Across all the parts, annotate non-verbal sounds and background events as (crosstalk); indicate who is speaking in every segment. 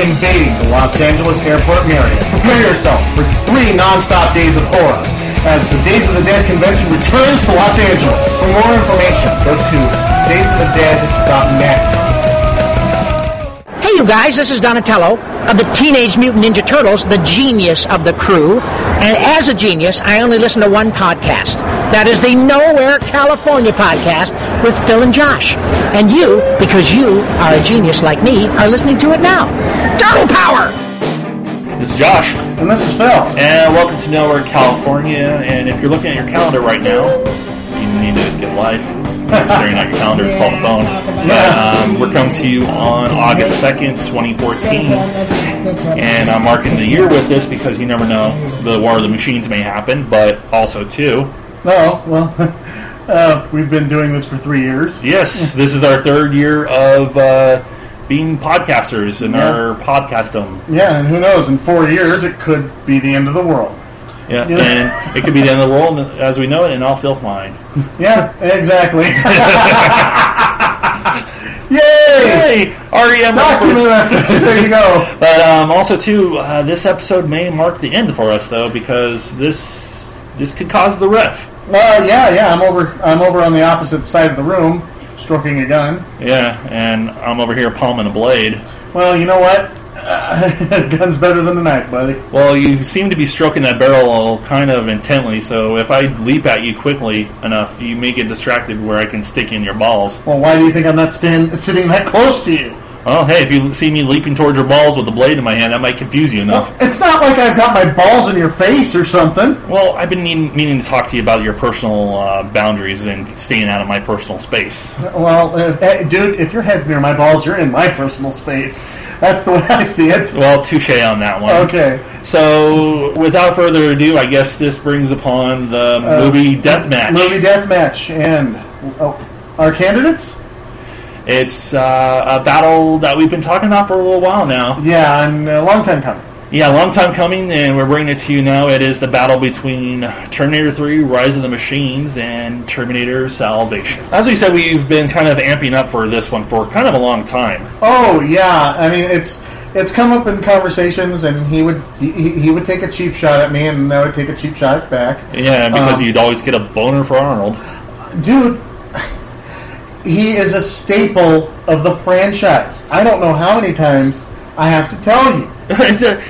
Speaker 1: invading the Los Angeles Airport Marriott. Prepare yourself for three nonstop days of horror as the Days of the Dead convention returns to Los Angeles. For more information, go to daysofthedead.net.
Speaker 2: Hey, you guys, this is Donatello of the Teenage Mutant Ninja Turtles, the genius of the crew. And as a genius, I only listen to one podcast. That is the Nowhere California podcast with Phil and Josh. And you, because you are a genius like me, are listening to it now. Turtle Power!
Speaker 3: This is Josh,
Speaker 1: And this is Phil.
Speaker 3: and welcome to Nowhere, California. And if you're looking at your calendar right now, you need to get life. You're staring at your calendar, it's called a phone. Um, we're coming to you on August 2nd, 2014. And I'm marking the year with this because you never know. The War of the Machines may happen, but also, too,
Speaker 1: No, well, (laughs) uh, we've been doing this for three years.
Speaker 3: yes, this is our third year of uh, being podcasters in
Speaker 1: Yeah.
Speaker 3: our podcastdom.
Speaker 1: Yeah, and who knows? In four years, it could be the end of the world.
Speaker 3: Yeah,
Speaker 1: Yeah.
Speaker 3: and it could be the end of the world as we know it, and I'll feel fine.
Speaker 1: Yeah, (laughs) exactly. Yay!
Speaker 3: Hey, REM
Speaker 1: Document
Speaker 3: records.
Speaker 1: efforts. There you go.
Speaker 3: But um, also too, uh, this episode may mark the end for us though, because this this could cause the ref.
Speaker 1: Uh, yeah, yeah. I'm over. I'm over on the opposite side of the room, stroking a gun.
Speaker 3: Yeah, and I'm over here palming a blade.
Speaker 1: Well, you know what? Uh, (laughs) gun's better than a knife, buddy.
Speaker 3: Well, you seem to be stroking that barrel kind of intently, so if I leap at you quickly enough, you may get distracted where I can stick you in your balls.
Speaker 1: Well, why do you think I'm not stand, sitting that close to you?
Speaker 3: Well, hey, if you see me leaping towards your balls with a blade in my hand, that might confuse you enough.
Speaker 1: It's not like I've got my balls in your face or something.
Speaker 3: Well, I've been mean- meaning to talk to you about your personal uh, boundaries and staying out of my personal space.
Speaker 1: Well, uh, eh, dude, if your head's near my balls, you're in my personal space. That's the way I see it.
Speaker 3: Well, touche on that one.
Speaker 1: Okay.
Speaker 3: So, without further ado, I guess this brings upon the movie Deathmatch.
Speaker 1: Movie death match and oh, our candidates.
Speaker 3: It's uh, a battle that we've been talking about for a little while now.
Speaker 1: Yeah, and a long time coming.
Speaker 3: Yeah, long time coming, and we're bringing it to you now. It is the battle between Terminator 3, Rise of the Machines, and Terminator Salvation. As we said, we've been kind of amping up for this one for kind of a long time.
Speaker 1: Oh yeah, I mean it's it's come up in conversations, and he would he, he would take a cheap shot at me, and I would take a cheap shot back.
Speaker 3: Yeah, because
Speaker 1: Um,
Speaker 3: you'd always get a boner for Arnold. (laughs)
Speaker 1: Dude, he is a staple of the franchise. I don't know how many times I have to tell you,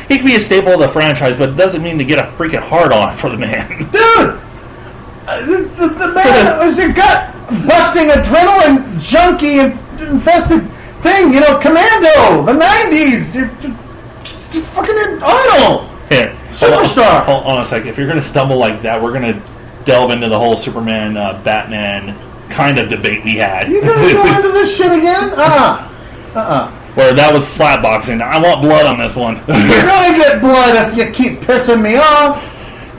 Speaker 3: he could be a staple of the franchise, but it doesn't mean to get a freaking hard on for the man.
Speaker 1: dude. uh, The, the, the man was a gut busting adrenaline junkie and infested thing. You know, Commando, the '90s. You're, you're fucking Arnold.
Speaker 3: Here,
Speaker 1: Superstar!
Speaker 3: Hold on, hold on a second. If you're going to stumble like that, we're going to delve into the whole Superman uh, Batman kind of debate we had, (laughs)
Speaker 1: You gonna go into this shit again? Uh-uh.
Speaker 3: where that was slap boxing. I want blood on this one.
Speaker 1: You're gonna get blood if you keep pissing me off.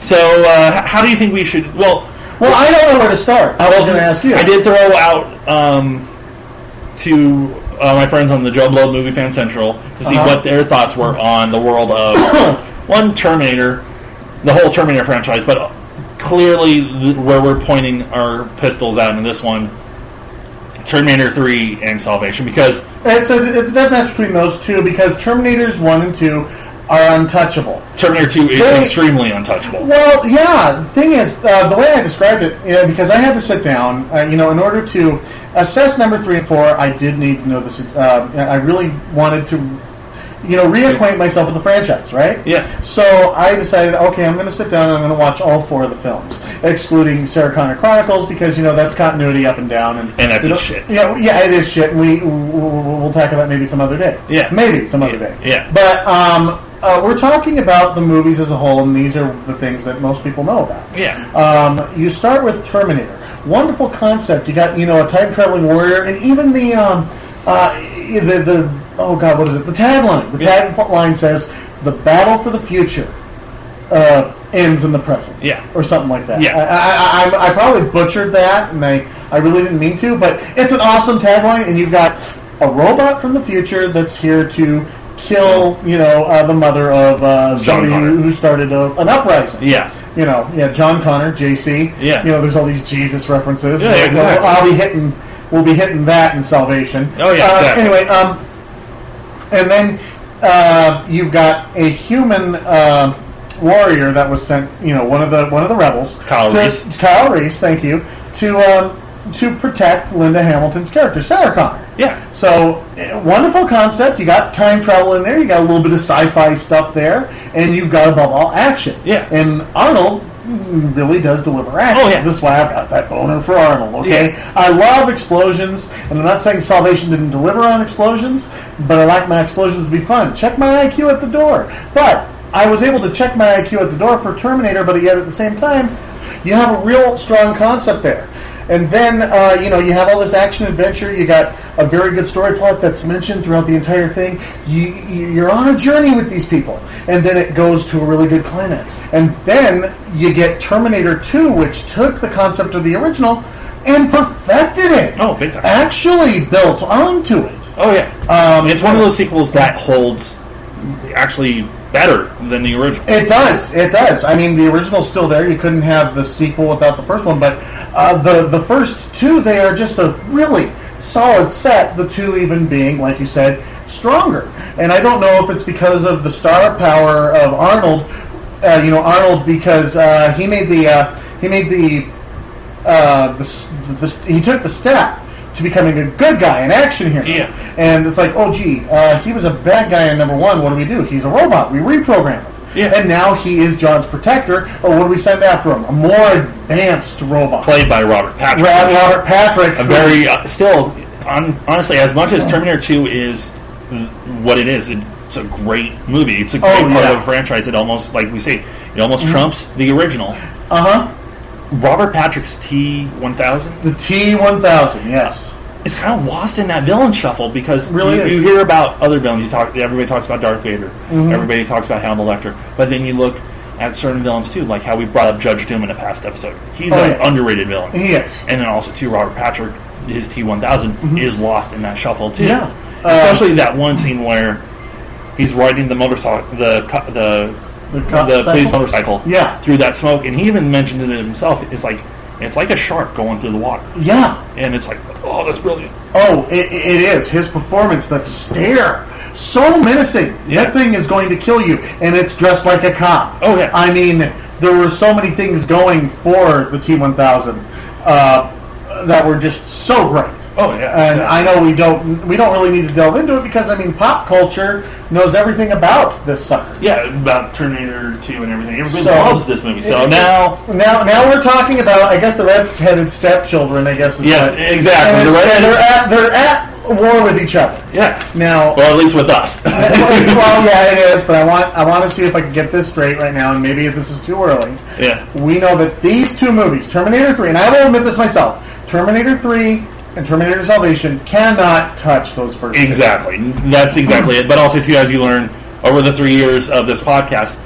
Speaker 3: (laughs) so, uh, h- how do you think we should? Well,
Speaker 1: Well, I don't know where to start. I was gonna ask you.
Speaker 3: I did throw out um, to uh, my friends on the Joe Blow Movie Fan Central to see
Speaker 1: Uh-huh.
Speaker 3: what their thoughts were on the world
Speaker 1: (coughs)
Speaker 3: of one Terminator, the whole Terminator franchise, but clearly th- where we're pointing our pistols at in this one, Terminator Three and Salvation, because
Speaker 1: It's a, it's a death match between those two because Terminators one and two are untouchable.
Speaker 3: Terminator Two is
Speaker 1: They-
Speaker 3: extremely untouchable.
Speaker 1: Well, yeah. The thing is, uh, the way I described it, yeah, because I had to sit down, uh, you know, in order to assess number three and four, I did need to know this. Uh, I really wanted to, you know, reacquaint myself with the franchise, right?
Speaker 3: Yeah.
Speaker 1: So I decided, okay, I'm going to sit down and I'm going to watch all four of the films, excluding Sarah Connor Chronicles, because, you know, that's continuity up and down. And,
Speaker 3: And that's
Speaker 1: you know,
Speaker 3: just shit.
Speaker 1: Yeah, yeah, it is shit, and we, we'll, we'll tackle that maybe some other day.
Speaker 3: Yeah.
Speaker 1: Maybe some other
Speaker 3: Yeah,
Speaker 1: day.
Speaker 3: yeah.
Speaker 1: But um, uh, we're talking about the movies as a whole, and these are the things that most people know about.
Speaker 3: Yeah,
Speaker 1: Um, you start with Terminator. Wonderful concept. You got you know a time traveling warrior, and even the um, uh, the the oh god, what is it? The tagline. The
Speaker 3: Yeah.
Speaker 1: tagline says, "The battle for the future uh, ends in the present."
Speaker 3: Yeah.
Speaker 1: or something like that.
Speaker 3: Yeah.
Speaker 1: I, I, I, I probably butchered that, and I I really didn't mean to, but it's an awesome tagline, and you've got a robot from the future that's here to. Kill, you know, uh, the mother of uh, somebody
Speaker 3: Connor.
Speaker 1: who who started a, an uprising
Speaker 3: yeah.
Speaker 1: you know, yeah, John Connor, JC.
Speaker 3: Yeah.
Speaker 1: You know, there's all these Jesus references.
Speaker 3: Yeah,
Speaker 1: We'll- we'll-
Speaker 3: exactly.
Speaker 1: I'll be hitting, we'll be hitting that in Salvation.
Speaker 3: Oh, yeah,
Speaker 1: Uh,
Speaker 3: exactly.
Speaker 1: Anyway, um, and then uh, you've got a human uh, warrior that was sent, you know, one of the one of the rebels,
Speaker 3: Kyle
Speaker 1: to,
Speaker 3: Reese.
Speaker 1: Kyle Reese, thank you, to um, to protect Linda Hamilton's character, Sarah Connor.
Speaker 3: Yeah.
Speaker 1: So eh, wonderful concept. You got time travel in there. You got a little bit of sci-fi stuff there, and you've got above all action.
Speaker 3: Yeah.
Speaker 1: And Arnold mm, really does deliver action.
Speaker 3: Oh, yeah.
Speaker 1: This is why I've got that boner for Arnold. Okay.
Speaker 3: Yeah.
Speaker 1: I love explosions, and I'm not saying Salvation didn't deliver on explosions, but I like my explosions to be fun. Check my IQ at the door. But I was able to check my IQ at the door for Terminator, but yet at the same time, you have a real strong concept there. And then, uh, you know, you have all this action adventure. You got a very good story plot that's mentioned throughout the entire thing. You, you- you're on a journey with these people. And then it goes to a really good climax. And then you get Terminator 2, which took the concept of the original and perfected it.
Speaker 3: Oh, big time.
Speaker 1: Actually built onto it.
Speaker 3: Oh yeah. Um, it's one of those sequels that holds actually better than the original.
Speaker 1: It does. It does. I mean, the original's still there. You couldn't have the sequel without the first one. But uh, the the first two, they are just a really solid set. The two even being, like you said, stronger. And I don't know if it's because of the star power of Arnold. Uh, you know, Arnold because uh, he made the uh, he made the uh, the, s- the, s- he took the step to becoming a good guy, an action hero.
Speaker 3: Yeah.
Speaker 1: And it's like, oh, gee, uh, he was a bad guy in number one. What do we do? He's a robot. We reprogram him.
Speaker 3: Yeah.
Speaker 1: And now he is John's protector. Oh, what do we send after him? A more advanced robot.
Speaker 3: Played by Robert Patrick.
Speaker 1: Rob- Robert Patrick.
Speaker 3: a very uh, still on, honestly as much as Terminator 2 is what it is it's a great movie it's a great part
Speaker 1: Oh, yeah. Mm-hmm.
Speaker 3: of the franchise it almost like we say it almost trumps the original
Speaker 1: Uh huh.
Speaker 3: Robert Patrick's T1000
Speaker 1: The T one thousand. Yes.
Speaker 3: is kind of lost in that villain shuffle because
Speaker 1: Really
Speaker 3: you,
Speaker 1: is. Mm-hmm.
Speaker 3: you hear about other villains you talk everybody talks about Darth Vader everybody talks about Hound Elector but then you look at certain villains too like how we brought up Judge Doom in a past episode he's
Speaker 1: Oh,
Speaker 3: an
Speaker 1: yeah.
Speaker 3: underrated villain
Speaker 1: He is.
Speaker 3: and then also too Robert Patrick, his T1000 is lost in that shuffle too.
Speaker 1: Mm-hmm. Yeah. uh,
Speaker 3: especially that one scene where he's riding the motorcycle, the co- the
Speaker 1: The co-
Speaker 3: the police
Speaker 1: cycle?
Speaker 3: motorcycle,
Speaker 1: Yeah.
Speaker 3: through that smoke, and he even mentioned it himself. It's like it's like a shark going through the water,
Speaker 1: Yeah.
Speaker 3: and it's like oh, that's brilliant.
Speaker 1: Oh, it, it is his performance. That stare, so menacing.
Speaker 3: Yeah.
Speaker 1: That thing is going to kill you, and it's dressed like a cop.
Speaker 3: Oh, yeah.
Speaker 1: I mean, there were so many things going for the T one thousand uh, that were just so great.
Speaker 3: Oh yeah,
Speaker 1: And I know we don't we don't really need to delve into it because I mean pop culture knows everything about this sucker.
Speaker 3: yeah about Terminator Two and everything. Everybody
Speaker 1: So-
Speaker 3: loves this movie, so
Speaker 1: It-
Speaker 3: now.
Speaker 1: Now, now we're talking about I guess the redheaded stepchildren. I guess is
Speaker 3: Yes,
Speaker 1: what-
Speaker 3: exactly,
Speaker 1: And
Speaker 3: the
Speaker 1: it's- and they're
Speaker 3: redheaded-
Speaker 1: at they're at war with each other
Speaker 3: Yeah.
Speaker 1: now.
Speaker 3: Well, at least with us. (laughs)
Speaker 1: (laughs) well, yeah, it is. But I want I want to see if I can get this straight right now, and maybe this is too early.
Speaker 3: yeah.
Speaker 1: We know that these two movies, Terminator 3, and I will admit this myself, Terminator 3 and Terminator Salvation cannot touch those first two.
Speaker 3: Exactly. That's exactly it. But also, too, as you learn over the three years of this podcast,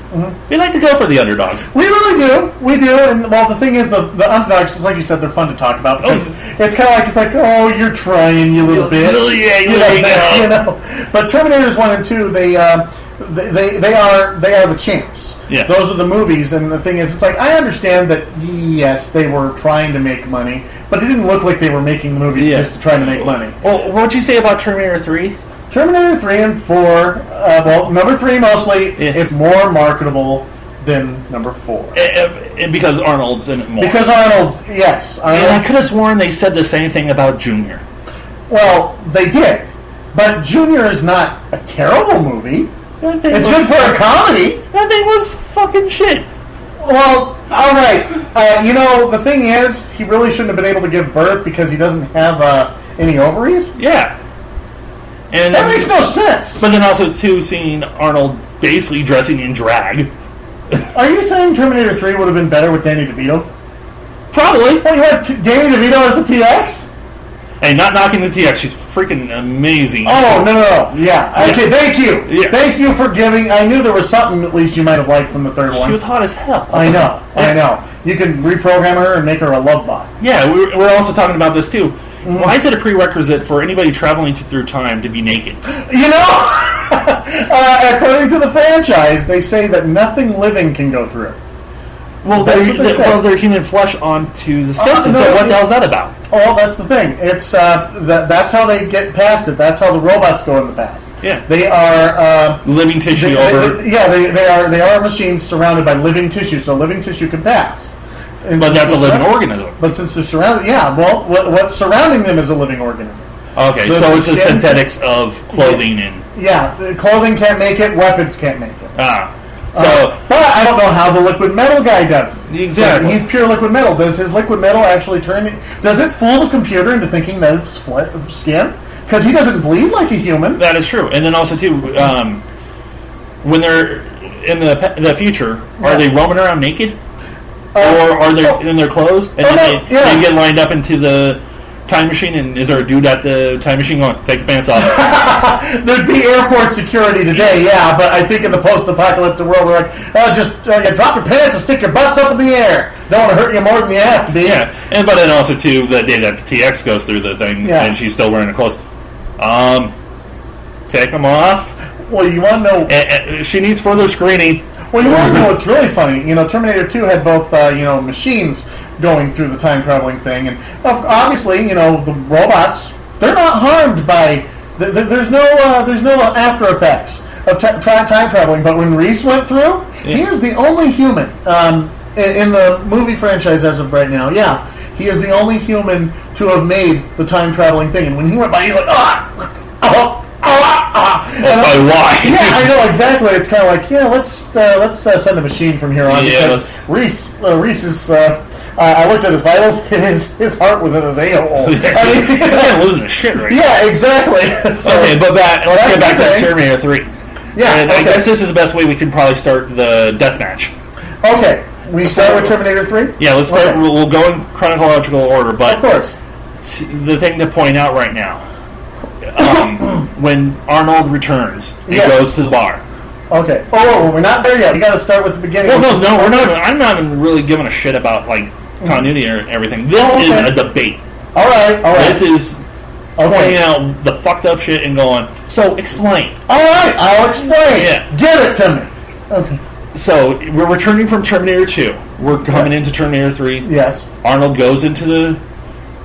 Speaker 3: we like to go for the underdogs.
Speaker 1: We really do. We do. And well, the thing is, the the underdogs, just like you said, they're fun to talk
Speaker 3: Oh,
Speaker 1: about because it's kind of like it's like, oh, you're trying, you little bitch.
Speaker 3: Little- yeah, you
Speaker 1: You know,
Speaker 3: little bitch.
Speaker 1: (laughs) you know. But Terminators one and two, they. Uh, they, they, they are they are the champs.
Speaker 3: Yeah.
Speaker 1: Those are the movies, and the thing is, it's like I understand that yes, they were trying to make money, but it didn't look like they were making the movie
Speaker 3: Yeah.
Speaker 1: just to try to make money.
Speaker 3: Well, what'd you say about Terminator 3?
Speaker 1: Terminator 3 and 4, uh, well, number 3 mostly,
Speaker 3: Yeah.
Speaker 1: it's more marketable than number 4.
Speaker 3: Eh, because Arnold's in it more.
Speaker 1: Because Arnold, yes.
Speaker 3: and I
Speaker 1: Arnold,
Speaker 3: could have sworn they said the same thing about Junior.
Speaker 1: well, they did. But Junior is not a terrible movie.
Speaker 3: That thing
Speaker 1: It's
Speaker 3: was,
Speaker 1: good for a comedy.
Speaker 3: That thing was fucking shit.
Speaker 1: Well, all right. Uh, you know, the thing is, he really shouldn't have been able to give birth because he doesn't have uh, any ovaries.
Speaker 3: Yeah. And
Speaker 1: That makes no sense.
Speaker 3: But then also too, seeing Arnold basically dressing in drag.
Speaker 1: Are you saying Terminator 3 would have been better with Danny DeVito?
Speaker 3: Probably.
Speaker 1: Well, you had t- Danny DeVito as the TX?
Speaker 3: Hey, not knocking the TX. She's freaking amazing.
Speaker 1: Oh no no no! Yeah. Okay.
Speaker 3: Yeah.
Speaker 1: Thank you.
Speaker 3: Yeah.
Speaker 1: Thank you for giving. I knew there was something at least you might have liked from the third one.
Speaker 3: She was hot as hell.
Speaker 1: I know. I
Speaker 3: Yeah.
Speaker 1: know. You can reprogram her and make her a love bot.
Speaker 3: Yeah, we were, we're also talking about this too.
Speaker 1: Mm.
Speaker 3: Why is it a prerequisite for anybody traveling to, through time to be naked?
Speaker 1: You know. (laughs) uh, according to the franchise, they say that nothing living can go through.
Speaker 3: Well,
Speaker 1: That's
Speaker 3: they're,
Speaker 1: what they
Speaker 3: they-
Speaker 1: said. Oh,
Speaker 3: well, they're human flesh onto the skeleton.
Speaker 1: no,
Speaker 3: so what
Speaker 1: yeah.
Speaker 3: the hell's that about?
Speaker 1: Oh, well, that's the thing. It's uh, that, that's how they get past it. That's how the robots go in the past.
Speaker 3: Yeah.
Speaker 1: They are. Uh,
Speaker 3: Living tissue
Speaker 1: they-
Speaker 3: over.
Speaker 1: they- yeah, they, they are. They are machines surrounded by living tissue, so living tissue can pass. And
Speaker 3: but
Speaker 1: since
Speaker 3: that's a
Speaker 1: they're
Speaker 3: living
Speaker 1: surround-
Speaker 3: organism.
Speaker 1: But since they're surrounded, yeah. Well, what, what's surrounding them is a living organism.
Speaker 3: Okay,
Speaker 1: The-
Speaker 3: so
Speaker 1: the
Speaker 3: it's the
Speaker 1: skin-
Speaker 3: synthetics of clothing and
Speaker 1: Yeah, the clothing can't make it. Weapons can't make it.
Speaker 3: ah. So
Speaker 1: Uh, but I don't know how the liquid metal guy does.
Speaker 3: Exactly.
Speaker 1: He's pure liquid metal. Does his liquid metal actually turn? Does it fool the computer into thinking that it's split skin? Because he doesn't bleed like a human.
Speaker 3: that is true. And then also too, um, when they're in the pe- the future,
Speaker 1: Yeah.
Speaker 3: are they roaming around naked,
Speaker 1: Uh,
Speaker 3: or are they
Speaker 1: oh.
Speaker 3: in their clothes? And
Speaker 1: Oh,
Speaker 3: then
Speaker 1: no,
Speaker 3: they,
Speaker 1: yeah.
Speaker 3: they get lined up into the time machine, and is there a dude at the time machine going, "Take your pants
Speaker 1: (laughs)
Speaker 3: off"?
Speaker 1: There'd be airport security today, yeah. But I think in the post-apocalyptic world, they're like, oh, just uh, you drop your pants and stick your butts up in the air. Don't want to hurt you more than you have to be.
Speaker 3: yeah, and but then also too, the day that the TX goes through the thing,
Speaker 1: Yeah.
Speaker 3: and she's still wearing her clothes. Um, take them off.
Speaker 1: Well, you want to know
Speaker 3: Eh, eh, she needs further screening.
Speaker 1: Well, you want to know what's really funny? You know, Terminator 2 had both, uh, you know, machines going through the time traveling thing, and of- obviously, you know, the robots, they're not harmed by. Th- th- there's no uh, there's no after effects of t- tra- time traveling, but when Reese went through, he
Speaker 3: Yeah.
Speaker 1: is the only human um, in, in the movie franchise as of right now. Yeah, he is the only human to have made the time traveling thing, and when he went by, he's like, ah, oh, ah, ah, and I'm-
Speaker 3: By why?
Speaker 1: yeah,
Speaker 3: (laughs)
Speaker 1: I know exactly. It's kind of like yeah, let's uh, let's uh, send a machine from here on
Speaker 3: Yeah,
Speaker 1: because Reese uh, Reese is. Uh, I I looked at his vitals. (laughs) His his heart was in his a hole.
Speaker 3: (laughs)
Speaker 1: I
Speaker 3: This guy
Speaker 1: (laughs) mean,
Speaker 3: losing his shit right
Speaker 1: yeah, exactly. (laughs) So,
Speaker 3: Okay, but back, let's
Speaker 1: That's
Speaker 3: get back
Speaker 1: okay.
Speaker 3: to Terminator 3.
Speaker 1: Yeah,
Speaker 3: And
Speaker 1: okay.
Speaker 3: I guess this is the best way we can probably start the death match.
Speaker 1: okay, we start with Terminator Three.
Speaker 3: Yeah, let's start.
Speaker 1: Okay.
Speaker 3: We'll, we'll go in chronological order,
Speaker 1: Of
Speaker 3: but
Speaker 1: course.
Speaker 3: t- the thing to point out right now um,
Speaker 1: (coughs)
Speaker 3: when Arnold returns, he
Speaker 1: Yeah.
Speaker 3: goes to the bar.
Speaker 1: Okay. Oh, we're not there yet. You got to start with the beginning.
Speaker 3: Well, no, no, we're not. I'm not even really giving a shit about like continuity or everything. This
Speaker 1: Mm. Oh, okay.
Speaker 3: is a debate.
Speaker 1: All right. All right.
Speaker 3: This is
Speaker 1: okay.
Speaker 3: pointing out the fucked up shit and going. So explain.
Speaker 1: All right. I'll explain.
Speaker 3: Yeah.
Speaker 1: Give it to me. Okay.
Speaker 3: So we're returning from Terminator 2. We're coming into Terminator 3.
Speaker 1: Yes.
Speaker 3: Arnold goes into the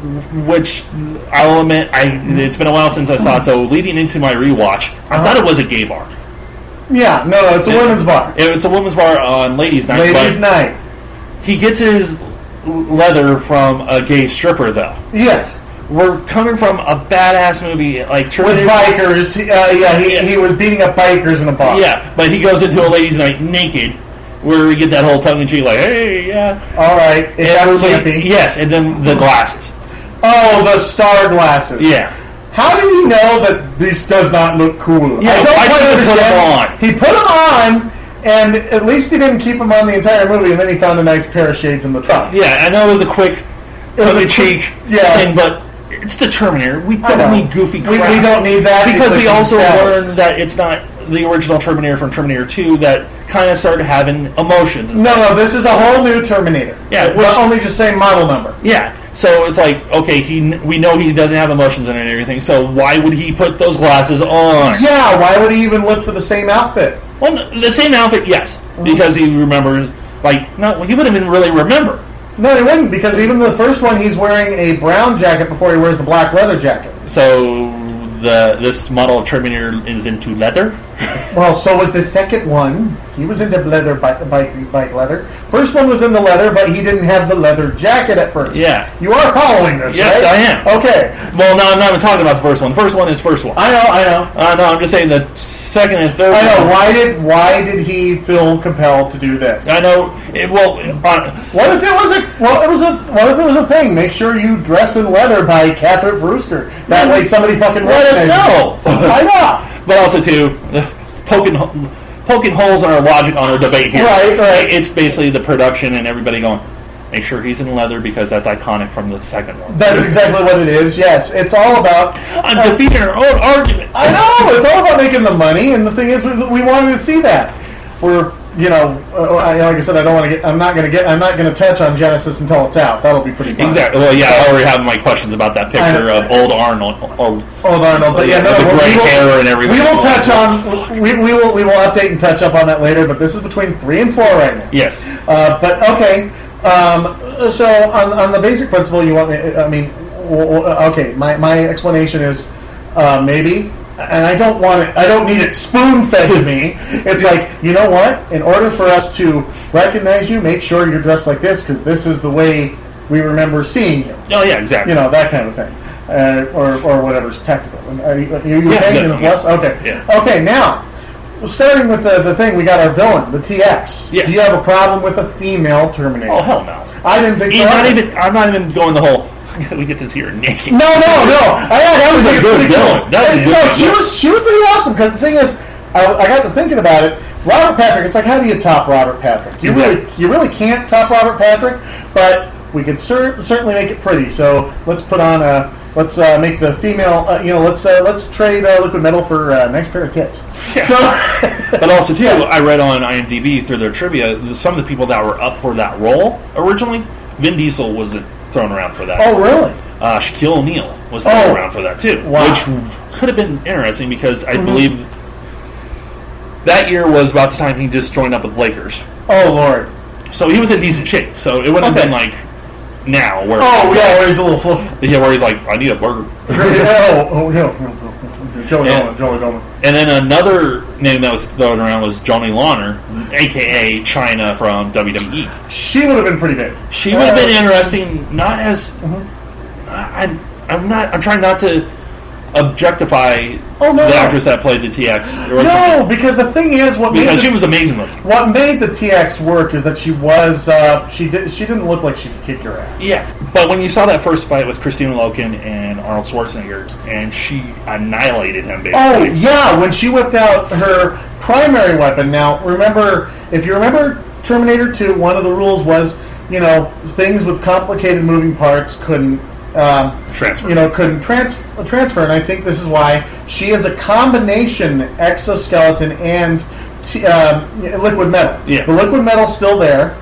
Speaker 3: which I'll admit I it's been a while since I saw it, so leading into my rewatch, I thought it was a gay bar.
Speaker 1: Yeah. No, no, it's a women's bar.
Speaker 3: It- It's a women's bar on ladies' night.
Speaker 1: Ladies'
Speaker 3: but
Speaker 1: night.
Speaker 3: He gets his leather from a gay stripper, though.
Speaker 1: Yes.
Speaker 3: We're coming from a badass movie like
Speaker 1: with
Speaker 3: Terminator.
Speaker 1: bikers. he- Uh, yeah, he,
Speaker 3: Yeah.
Speaker 1: he was beating up bikers in a bar.
Speaker 3: Yeah, but he goes into a ladies' night naked, where we get that whole tongue in cheek like, hey, yeah,
Speaker 1: All right. It got campy.
Speaker 3: yes, and then the glasses.
Speaker 1: Oh, the star glasses.
Speaker 3: Yeah.
Speaker 1: How did he know that this does not look cool?
Speaker 3: Yeah,
Speaker 1: I don't
Speaker 3: why
Speaker 1: quite
Speaker 3: did he put 'em
Speaker 1: understand.
Speaker 3: on?
Speaker 1: He put them on, and at least he didn't keep them on the entire movie. And then he found a nice pair of shades in the truck.
Speaker 3: Yeah, I know it was a quick
Speaker 1: was
Speaker 3: tongue
Speaker 1: a
Speaker 3: in cheek
Speaker 1: quick- yes.
Speaker 3: thing, but it's the Terminator. We
Speaker 1: I
Speaker 3: don't
Speaker 1: know.
Speaker 3: need goofy
Speaker 1: We, we
Speaker 3: crap.
Speaker 1: don't need that
Speaker 3: because
Speaker 1: It's
Speaker 3: we
Speaker 1: like
Speaker 3: also
Speaker 1: established.
Speaker 3: learned that it's not the original Terminator from Terminator 2 that kind of started having emotions. and
Speaker 1: No,
Speaker 3: stuff.
Speaker 1: no, this is a whole new Terminator.
Speaker 3: Yeah,
Speaker 1: But
Speaker 3: which-
Speaker 1: only just same model number.
Speaker 3: Yeah, so it's like okay, he we know he doesn't have emotions in it and everything. So why would he put those glasses on?
Speaker 1: Yeah, why would he even look for the same outfit?
Speaker 3: Well, no, the same outfit, yes,
Speaker 1: Mm-hmm.
Speaker 3: because he remembers. Like, no, he wouldn't even really remember.
Speaker 1: No, he wouldn't because even the first one, he's wearing a brown jacket before he wears the black leather jacket.
Speaker 3: So the this model of Terminator is into leather.
Speaker 1: Well, so was the second one. He was into leather, bike, bike, bike leather. First one was into leather, but he didn't have the leather jacket at first.
Speaker 3: Yeah.
Speaker 1: You are following this,
Speaker 3: Yes,
Speaker 1: right?
Speaker 3: I am.
Speaker 1: Okay.
Speaker 3: Well, no, I'm not even talking about the first one. The first one is first one.
Speaker 1: I know, I know.
Speaker 3: Uh, no, I'm just saying the second and third.
Speaker 1: I know.
Speaker 3: one-
Speaker 1: Why did why did he feel compelled to do this?
Speaker 3: I know. It, well, uh,
Speaker 1: What if it was a well? It was a what if it was a thing? Make sure you dress in leather by Catherine Brewster. That way, somebody fucking
Speaker 3: Let us (laughs)
Speaker 1: recognizes
Speaker 3: know.
Speaker 1: you. Why not?
Speaker 3: but also too, uh, poking ho- poking holes in our logic on our debate here.
Speaker 1: Right, right.
Speaker 3: It's basically the production and everybody going. Make sure he's in leather because that's iconic from the second one.
Speaker 1: That's exactly what it is. Yes, it's all about.
Speaker 3: I'm defeating our own argument.
Speaker 1: I know it's all about making the money, and the thing is, we, we wanted to see that. We're, you know, uh, I, like I said, I don't want to get. I'm not going to get. I'm not going to touch on Genesis until it's out. That'll be pretty fun.
Speaker 3: Exactly. Well, yeah, I already have my questions about that
Speaker 1: I
Speaker 3: picture
Speaker 1: know.
Speaker 3: of old Arnold. Old,
Speaker 1: Oh, Arnold, but yeah, no,
Speaker 3: With the
Speaker 1: we-
Speaker 3: gray
Speaker 1: we will,
Speaker 3: hair and everything.
Speaker 1: We will touch on. We, we will we will update and touch up on that later. But this is between three and four right now.
Speaker 3: yes.
Speaker 1: Uh, but okay. Um, so on, on the basic principle, you want me? I mean, w- w- okay. My, my explanation is uh, maybe and I don't want it. I don't need it spoon fed to me. It's like you know what? In order for us to recognize you, make sure you're dressed like this because this is the way we remember seeing you.
Speaker 3: Oh yeah, exactly.
Speaker 1: You know that kind of thing, uh, or or whatever's technical. Are you, are you
Speaker 3: Yeah,
Speaker 1: okay?
Speaker 3: no,
Speaker 1: Gonna
Speaker 3: yeah.
Speaker 1: bless? Okay.
Speaker 3: Yeah.
Speaker 1: Okay. Now, starting with the, the thing, we got our villain, the TX.
Speaker 3: Yes.
Speaker 1: Do you have a problem with a female Terminator?
Speaker 3: Oh hell no.
Speaker 1: I didn't think so.
Speaker 3: Even- not
Speaker 1: either.
Speaker 3: even. I'm not even going the whole. (laughs) we get this here naked.
Speaker 1: No, no, no. I, I, that was
Speaker 3: That was a good
Speaker 1: pretty cool.
Speaker 3: villain. That was a
Speaker 1: no,
Speaker 3: good
Speaker 1: she
Speaker 3: villain.
Speaker 1: was she was pretty awesome because the thing is, I, I got to thinking about it. Robert Patrick. It's like how do you top Robert Patrick? You really you really can't top Robert Patrick, but we could cer- certainly make it pretty. So let's put on a. Let's uh, make the female. Uh, you know, let's uh, let's trade uh, liquid metal for uh, next pair of tits.
Speaker 3: (laughs)
Speaker 1: So
Speaker 3: But also too, I read on IMDb through their trivia that some of the people that were up for that role originally, Vin Diesel wasn't thrown around for that.
Speaker 1: oh really?
Speaker 3: Uh, Shaquille O'Neal was thrown
Speaker 1: Oh.
Speaker 3: around for that too,
Speaker 1: Wow. Mm-hmm.
Speaker 3: which could have been interesting because I believe that year was about the time he just joined up with Lakers,
Speaker 1: Oh lord.
Speaker 3: so he was in decent shape. So it wouldn't
Speaker 1: Okay.
Speaker 3: have been like now where
Speaker 1: Oh yeah, where he's a
Speaker 3: (laughs)
Speaker 1: little flippant.
Speaker 3: yeah, where he's like I need a
Speaker 1: (laughs)
Speaker 3: burger.
Speaker 1: oh, oh no, no, no, no. Joey
Speaker 3: Yeah.
Speaker 1: Dolan, Joey Dolan.
Speaker 3: And then another name that was thrown around was Johnny Lawner, aka China from WWE.
Speaker 1: She would have been pretty big.
Speaker 3: She would have
Speaker 1: Uh, mm-hmm.
Speaker 3: been interesting, not as I, I'm- I'm not. I'm trying not to objectify
Speaker 1: Oh, no,
Speaker 3: the
Speaker 1: no.
Speaker 3: actress that played the TX. or
Speaker 1: No,
Speaker 3: something,
Speaker 1: because the thing is, what made
Speaker 3: because
Speaker 1: the,
Speaker 3: she was amazing looking.
Speaker 1: what made the TX work is that she was uh, she did she didn't look like she could kick your ass.
Speaker 3: Yeah, but when you saw that first fight with Christina Loken and Arnold Schwarzenegger, and she annihilated him,
Speaker 1: Oh
Speaker 3: basically.
Speaker 1: yeah, when she whipped out her primary weapon. Now remember, if you remember Terminator Two, one of the rules was you know things with complicated moving parts couldn't. Um,
Speaker 3: Transfer.
Speaker 1: you know, couldn't trans- transfer, and I think this is why she is a combination exoskeleton and t- um, liquid metal.
Speaker 3: Yeah.
Speaker 1: The liquid metal's still there,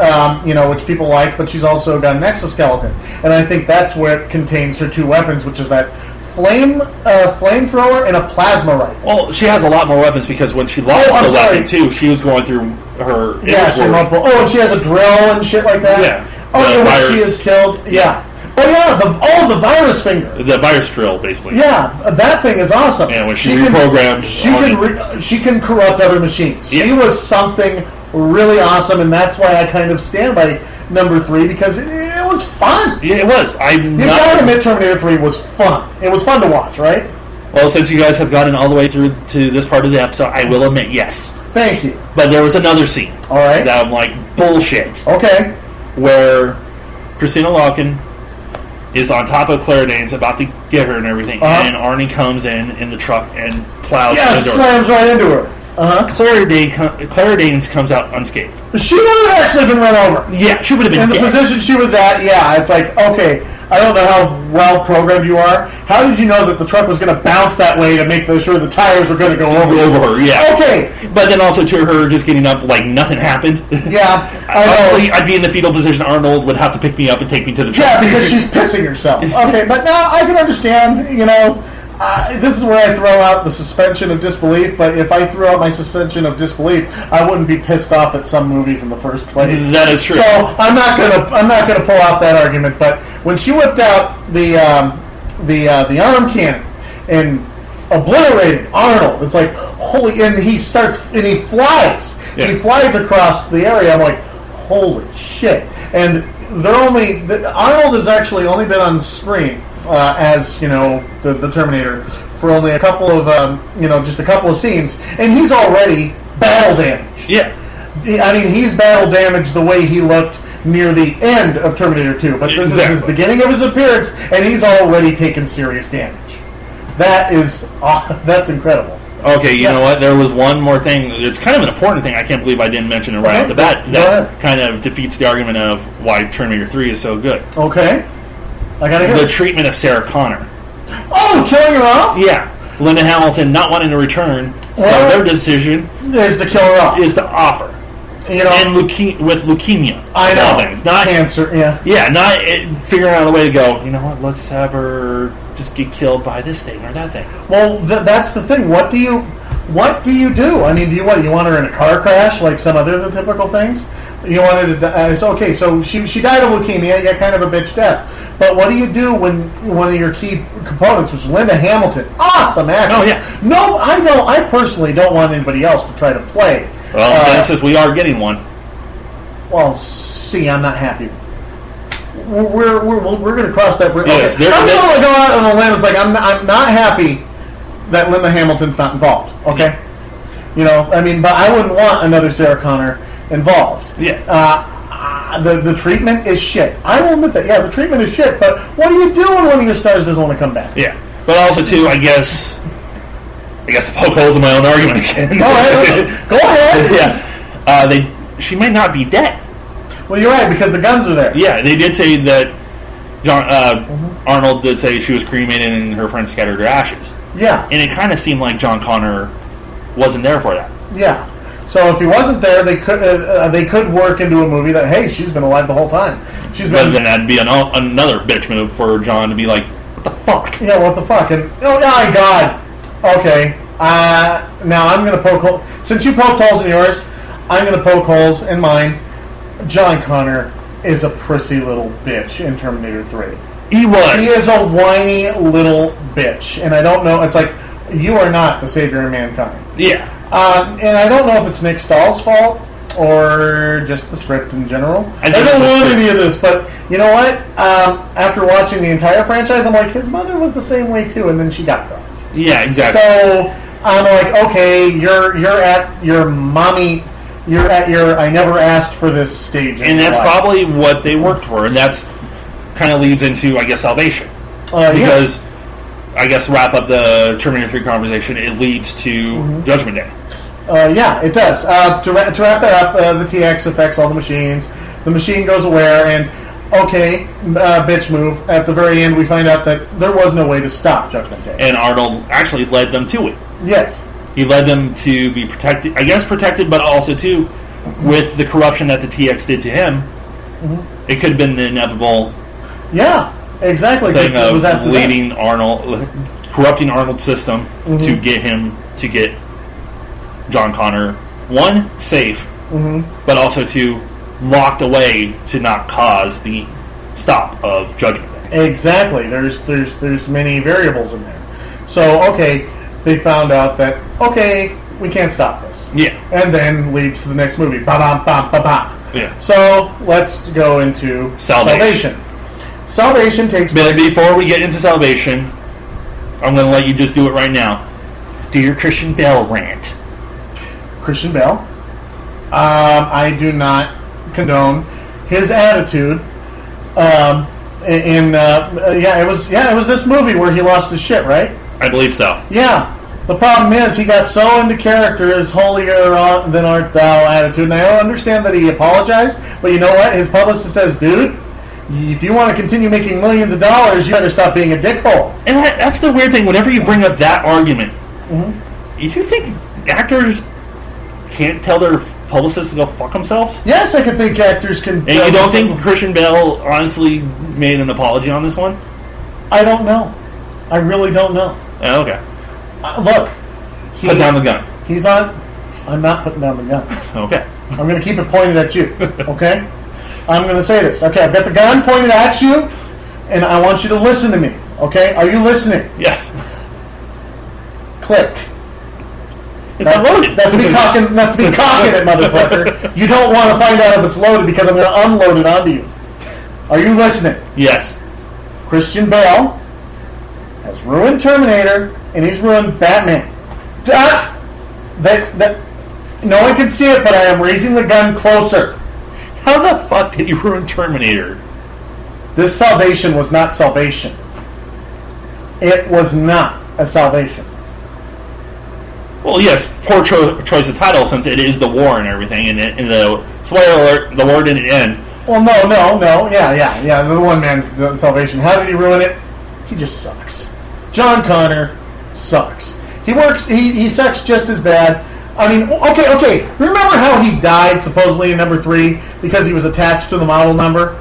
Speaker 1: um, you know, which people like, but she's also got an exoskeleton, and I think that's where it contains her two weapons, which is that flame uh, flamethrower and a plasma rifle.
Speaker 3: Well, she has a lot more weapons because when she lost
Speaker 1: Oh, I'm
Speaker 3: the weapon
Speaker 1: sorry.
Speaker 3: too, she was going through her.
Speaker 1: Yeah, she
Speaker 3: inventory.
Speaker 1: multiple. Oh, and she has a drill and shit like that.
Speaker 3: Yeah.
Speaker 1: Oh,
Speaker 3: The
Speaker 1: yeah, when she
Speaker 3: virus.
Speaker 1: is killed. Yeah. Oh yeah, the oh the virus finger.
Speaker 3: the virus drill, basically.
Speaker 1: Yeah, that thing is awesome.
Speaker 3: Yeah, when she reprogrammed
Speaker 1: she
Speaker 3: all
Speaker 1: can
Speaker 3: the-
Speaker 1: re- she can corrupt other machines. She
Speaker 3: Yeah.
Speaker 1: was something really awesome, and that's why I kind of stand by number three because it, it was fun.
Speaker 3: Yeah, it was. I'm
Speaker 1: You
Speaker 3: not-
Speaker 1: gotta admit, Terminator Three was fun. It was fun to watch, right?
Speaker 3: Well, since you guys have gotten all the way through to this part of the episode, I will admit yes.
Speaker 1: Thank you.
Speaker 3: But there was another scene
Speaker 1: All right.
Speaker 3: that I'm like bullshit,
Speaker 1: Okay.
Speaker 3: where Christina Loken is on top of Claire Danes, about to get her and everything,
Speaker 1: Uh-huh.
Speaker 3: and Arnie comes in in the truck and plows
Speaker 1: Yeah,
Speaker 3: the door.
Speaker 1: slams right into her. Uh huh.
Speaker 3: Claire, Dane, com- Claire Danes comes out unscathed.
Speaker 1: She would have actually been run over.
Speaker 3: Yeah, she would have been
Speaker 1: in the
Speaker 3: dead.
Speaker 1: position she was at, yeah, it's like, okay, I don't know how well programmed you are. How did you know that the truck was going to bounce that way to make the- sure the tires were going to go over,
Speaker 3: Go over her, yeah.
Speaker 1: Okay,
Speaker 3: But then also to her just getting up like nothing happened.
Speaker 1: yeah, I
Speaker 3: Honestly,
Speaker 1: know.
Speaker 3: I'd be in the fetal position. Arnold would have to pick me up and take me to the truck.
Speaker 1: Yeah, because she's
Speaker 3: (laughs)
Speaker 1: pissing herself. Okay, but now I can understand, you know. Uh, this is where I throw out the suspension of disbelief, but if I threw out my suspension of disbelief, I wouldn't be pissed off at some movies in the first place.
Speaker 3: That is true.
Speaker 1: So I'm not gonna I'm not gonna pull out that argument. But when she whipped out the um, the uh, the arm cannon and obliterated Arnold, it's like holy. And he starts and he flies.
Speaker 3: Yeah.
Speaker 1: He flies across the area. I'm like holy shit. And they're only the, Arnold has actually only been on screen uh, as you know the the Terminator for only a couple of um, you know just a couple of scenes, and he's already battle damaged.
Speaker 3: yeah.
Speaker 1: I mean, he's battle damaged the way he looked near the end of Terminator 2, but this is his
Speaker 3: Exactly.
Speaker 1: beginning of his appearance, and he's already taken serious damage. That is (laughs) aw- that's incredible.
Speaker 3: Okay, you know what? There was one more thing. It's kind of an important thing. I can't believe I didn't mention it right
Speaker 1: Okay.
Speaker 3: off the bat.
Speaker 1: Go ahead.
Speaker 3: That kind of defeats the argument of why Terminator 3 is so good.
Speaker 1: Okay, I gotta hear.
Speaker 3: The
Speaker 1: it.
Speaker 3: treatment of Sarah Connor.
Speaker 1: oh, killing her off
Speaker 3: Yeah. Linda Hamilton not wanting to return, so
Speaker 1: Well-
Speaker 3: their decision
Speaker 1: is to kill her off.
Speaker 3: is to offer.
Speaker 1: you know,
Speaker 3: And leuke- with leukemia.
Speaker 1: I
Speaker 3: of all
Speaker 1: know
Speaker 3: Things. Not,
Speaker 1: cancer. Yeah.
Speaker 3: yeah, not eh, figuring out a way to go, you know what, let's have her just get killed by this thing or that thing.
Speaker 1: Well, th- that's the thing. What do you, what do you do? I mean, do you what? You want her in a car crash, like some other of the typical things? You wanted to. Die. Uh, so okay, so she she died of leukemia. Yeah, kind of a bitch death. But what do you do when one of your key components, which is Linda Hamilton, awesome actress?
Speaker 3: Oh, yeah.
Speaker 1: No, I don't. I personally don't want anybody else to try to play.
Speaker 3: Well,
Speaker 1: Uh,
Speaker 3: Dennis says we are getting one.
Speaker 1: Well, see, I'm not happy. We're we're we're, we're going to cross that bridge.
Speaker 3: Yes,
Speaker 1: okay.
Speaker 3: there-
Speaker 1: I'm
Speaker 3: there-
Speaker 1: going to go out on a limb. It's like I'm not, I'm not happy that Linda Hamilton's not involved. Okay, you know, I mean, but I wouldn't want another Sarah Connor involved.
Speaker 3: Yeah.
Speaker 1: Uh, the the treatment is shit. I will admit that. Yeah, the treatment is shit. But what do you do when one of your stars doesn't want to
Speaker 3: (laughs)
Speaker 1: come back?
Speaker 3: Yeah, but also too, I guess, I guess to poke holes in my own argument again.
Speaker 1: All
Speaker 3: (laughs)
Speaker 1: right, go ahead.
Speaker 3: yes, uh, they. She may not be dead.
Speaker 1: Well, you're right because the guns are there.
Speaker 3: Yeah, they did say that. John, uh, Arnold did say she was cremated and her friends scattered her ashes,
Speaker 1: Yeah.
Speaker 3: and it kind of seemed like John Connor wasn't there for that.
Speaker 1: Yeah. So if he wasn't there, they could uh, uh, they could work into a movie that hey, she's been alive the whole time. She's
Speaker 3: But
Speaker 1: been
Speaker 3: then that'd be an, another bitch move for John to be like, "What the fuck?"
Speaker 1: yeah. What the fuck? And oh my god. Okay. Uh, now I'm gonna poke hole. since you poked holes in yours. I'm gonna poke holes in mine. John Connor is a prissy little bitch in Terminator Three.
Speaker 3: He was.
Speaker 1: He is a whiny little bitch, and I don't know. It's like you are not the savior of mankind.
Speaker 3: Yeah,
Speaker 1: Um, and I don't know if it's Nick Stahl's fault or just the script in general. I,
Speaker 3: I think
Speaker 1: don't
Speaker 3: it's the
Speaker 1: want
Speaker 3: script.
Speaker 1: any of this, but you know what? Um, after watching the entire franchise, I'm like, his mother was the same way too, and then she got dropped.
Speaker 3: yeah, exactly.
Speaker 1: So I'm like, okay, you're you're at your mommy, you're at your I never asked for this stage, in
Speaker 3: and
Speaker 1: my
Speaker 3: that's
Speaker 1: life.
Speaker 3: probably what they worked for, and that's kind of leads into, I guess, salvation.
Speaker 1: Uh, yeah.
Speaker 3: because I guess wrap up the Terminator 3 conversation, it leads to Judgment Day.
Speaker 1: Uh, yeah, it does. Uh, to, ra- to wrap that up, uh, the TX affects all the machines. The machine goes aware, and okay, uh, bitch move. At the very end, we find out that there was no way to stop Judgment Day.
Speaker 3: And Arnold actually led them to it.
Speaker 1: yes,
Speaker 3: He led them to be protected, I guess protected, but also too, with the corruption that the TX did to him, it could have been the inevitable
Speaker 1: yeah, exactly. 'cause
Speaker 3: thing
Speaker 1: it
Speaker 3: of
Speaker 1: was after that.
Speaker 3: leading Arnold, corrupting Arnold's system to get him to get John Connor one safe, but also to locked away to not cause the stop of Judgment Day.
Speaker 1: Exactly. There's there's there's many variables in there. So okay, they found out that okay, we can't stop this.
Speaker 3: Yeah,
Speaker 1: And then leads to the next movie. Ba ba ba ba ba.
Speaker 3: yeah.
Speaker 1: So let's go into
Speaker 3: Salvation.
Speaker 1: Salvation, Salvation takes
Speaker 3: Billy,
Speaker 1: place.
Speaker 3: before we get into salvation, I'm going to let you just do it right now. Do your Christian Bale rant.
Speaker 1: Christian Bale. Um, I do not condone his attitude. Um, in uh, yeah, it was yeah, it was this movie where he lost his shit, right?
Speaker 3: I believe so.
Speaker 1: Yeah. The problem is he got so into character his holier uh, than art thou attitude. And I understand that he apologized, but you know what? His publicist says, dude, if you want to continue making millions of dollars, you better stop being a dickhole.
Speaker 3: And that, that's the weird thing. Whenever you bring up that argument,
Speaker 1: Mm-hmm.
Speaker 3: you think actors can't tell their publicists to go fuck themselves?
Speaker 1: Yes, I can think actors can.
Speaker 3: And you don't think Christian Bale honestly made an apology on this one?
Speaker 1: I don't know. I really don't know.
Speaker 3: Oh, okay.
Speaker 1: Uh, look, he,
Speaker 3: Put down the gun.
Speaker 1: he's on. I'm not putting down the gun.
Speaker 3: Okay.
Speaker 1: I'm going to keep it pointed at you. Okay. I'm going to say this. Okay, I've got the gun pointed at you, and I want you to listen to me. Okay, are you listening?
Speaker 3: Yes.
Speaker 1: Click.
Speaker 3: It's not
Speaker 1: That's,
Speaker 3: loaded.
Speaker 1: that's me cocking. That's me cocking it, motherfucker. You don't want to find out if it's loaded because I'm going to unload it onto you. Are you listening?
Speaker 3: Yes.
Speaker 1: Christian Bale has ruined Terminator and he's ruined Batman. Ah! That, that, no one can see it, but I am raising the gun closer.
Speaker 3: How the fuck did you ruin Terminator?
Speaker 1: This salvation was not salvation. It was not a salvation.
Speaker 3: Well, yes, poor cho- choice of title since it is the war and everything, and, it, and the spoiler alert, the war didn't end.
Speaker 1: Well, no, no, no. Yeah, yeah, yeah. The one man's done salvation. How did he ruin it? He just sucks. John Connor sucks. He works. He, he sucks just as bad. I mean, okay, okay. Remember how he died supposedly in number three because he was attached to the model number.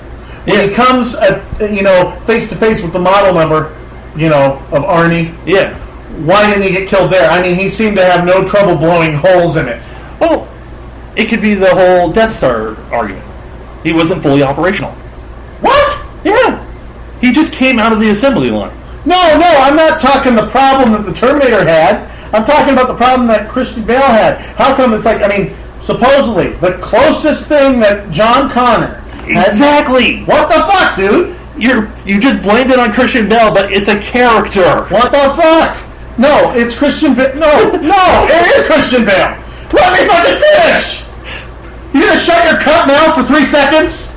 Speaker 1: When he
Speaker 3: Yeah.
Speaker 1: comes, uh, you know, face to face with the model number, you know, of Arnie.
Speaker 3: Yeah.
Speaker 1: Why didn't he get killed there? I mean, he seemed to have no trouble blowing holes in it.
Speaker 3: Well, Oh, It could be the whole Death Star argument. He wasn't fully operational.
Speaker 1: What?
Speaker 3: Yeah. He just came out of the assembly line.
Speaker 1: No, no, I'm not talking the problem that the Terminator had. I'm talking about the problem that Christian Bale had. How come it's like, I mean, supposedly the closest thing that John Connor has-
Speaker 3: Exactly.
Speaker 1: What the fuck, dude?
Speaker 3: You're you just blamed it on Christian Bell, but it's a character.
Speaker 1: What the fuck? No, it's Christian Bale. No, no, it is Christian Bale. Let me fucking finish. You gonna shut your cup now for three seconds?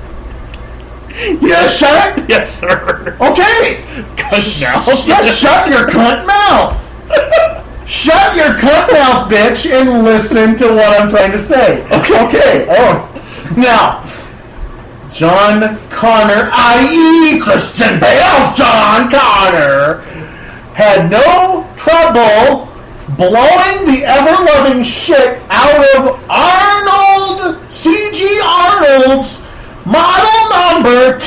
Speaker 1: You gonna shut it?
Speaker 3: Yes, sir.
Speaker 1: Okay.
Speaker 3: Because (laughs) now.
Speaker 1: Just shut your cunt mouth. Shut your cunt mouth, bitch, and listen to what I'm trying to say. Okay. Okay. Oh. Now, John Connor, i.e., Christian Bale's John Connor, had no trouble blowing the ever loving shit out of Arnold, CG Arnold's model number